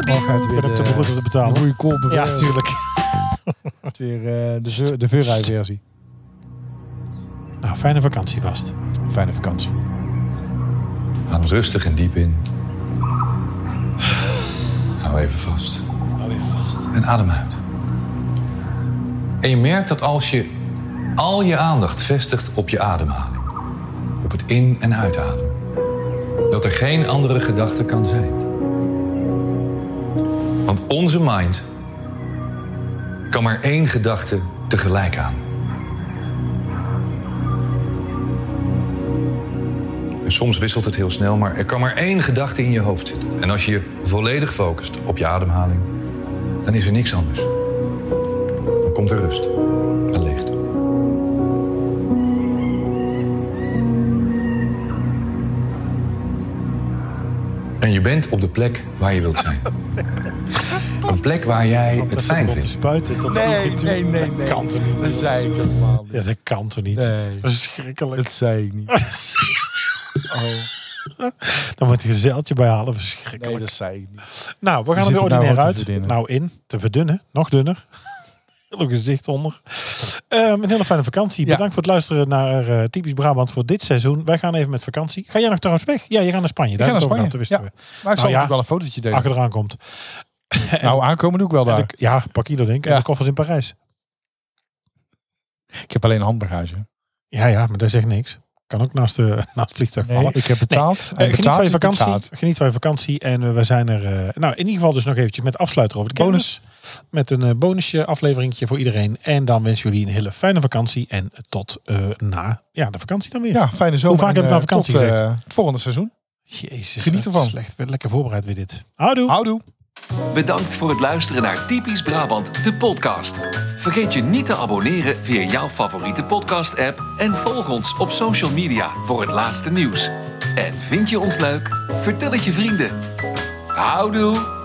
[SPEAKER 2] Dan gaat het Oh, weer eh,
[SPEAKER 3] Ik ben ook te
[SPEAKER 2] de-
[SPEAKER 3] beroerd om te betalen.
[SPEAKER 2] goede kool
[SPEAKER 3] Ja, tuurlijk.
[SPEAKER 2] Weer eh, de, Veur- de versie.
[SPEAKER 3] Nou, fijne vakantie vast.
[SPEAKER 2] Fijne vakantie.
[SPEAKER 8] Adem rustig en diep in. Hou even vast.
[SPEAKER 3] Hou even vast.
[SPEAKER 8] En adem uit. En je merkt dat als je al je aandacht vestigt op je ademhaling, op het in- en uitademen, dat er geen andere gedachte kan zijn. Want onze mind kan maar één gedachte tegelijk aan. En soms wisselt het heel snel, maar er kan maar één gedachte in je hoofd zitten. En als je je volledig focust op je ademhaling, dan is er niks anders. Dan komt er rust en leegte. En je bent op de plek waar je wilt zijn. Een plek waar jij het fijn
[SPEAKER 3] om te
[SPEAKER 8] vindt.
[SPEAKER 3] spuiten tot nee, nee, nee, nee. Dat kan toch niet?
[SPEAKER 2] Dat zei ik helemaal niet.
[SPEAKER 3] Ja, dat kan toch niet?
[SPEAKER 2] Nee.
[SPEAKER 3] Verschrikkelijk.
[SPEAKER 2] Dat zei ik niet. Oh,
[SPEAKER 3] Dan moet je een gezeltje bij halen. Verschrikkelijk.
[SPEAKER 2] nee, dat zei ik niet.
[SPEAKER 3] Nou, we gaan er
[SPEAKER 2] zit
[SPEAKER 3] weer
[SPEAKER 2] er nou
[SPEAKER 3] ordinair
[SPEAKER 2] wat te
[SPEAKER 3] uit.
[SPEAKER 2] verdienen.
[SPEAKER 3] Nou, in. Te verdunnen. Nog dunner. Heel gezicht onder. Ehm, een hele fijne vakantie.
[SPEAKER 2] Ja.
[SPEAKER 3] Bedankt voor het luisteren naar eh, Typisch Brabant voor dit seizoen. Wij gaan even met vakantie. Ga jij nog trouwens weg? Ja, je gaat naar Spanje.
[SPEAKER 2] ga naar
[SPEAKER 3] hebben we
[SPEAKER 2] Spanje,
[SPEAKER 3] het over
[SPEAKER 2] ja.
[SPEAKER 3] gehad, dat
[SPEAKER 2] Maar ik zal
[SPEAKER 3] Nou ja.
[SPEAKER 2] natuurlijk wel een fotootje
[SPEAKER 3] wisten we. Als je
[SPEAKER 2] delen.
[SPEAKER 3] eraan komt.
[SPEAKER 2] Nou, aankomen doe ik wel
[SPEAKER 3] En
[SPEAKER 2] daar.
[SPEAKER 3] de- ja, pak ieder denk ik. En
[SPEAKER 2] Ja.
[SPEAKER 3] de koffers in Parijs.
[SPEAKER 2] Ik heb alleen handbagage.
[SPEAKER 3] Ja, ja, maar dat zegt niks. Kan ook naast, de, naast het vliegtuig vallen.
[SPEAKER 2] ik heb betaald.
[SPEAKER 3] Eh, geniet van je vakantie. Geniet van je vakantie. En we, we zijn er. eh, nou, in ieder geval dus nog eventjes met afsluiter over de
[SPEAKER 2] Bonus.
[SPEAKER 3] bonus. Met een eh, bonusje afleveringetje voor iedereen. En dan wensen jullie een hele fijne vakantie. En tot eh, na ja, de vakantie dan weer.
[SPEAKER 2] Ja, fijne zomer.
[SPEAKER 3] vaak
[SPEAKER 2] en,
[SPEAKER 3] heb ik nou
[SPEAKER 2] eh,
[SPEAKER 3] vakantie
[SPEAKER 2] tot, eh,
[SPEAKER 3] gezegd?
[SPEAKER 2] het volgende seizoen.
[SPEAKER 3] Jezus,
[SPEAKER 2] Geniet
[SPEAKER 3] wat
[SPEAKER 2] ervan.
[SPEAKER 3] Slecht. Weer Lekker voorbereid weer dit. Houdoe.
[SPEAKER 2] Houdoe.
[SPEAKER 1] Bedankt voor het luisteren naar Typisch Brabant, de podcast. Vergeet je niet te abonneren via jouw favoriete podcast-app en volg ons op social media voor het laatste nieuws. En vind je ons leuk? Vertel het je vrienden. Houdoe!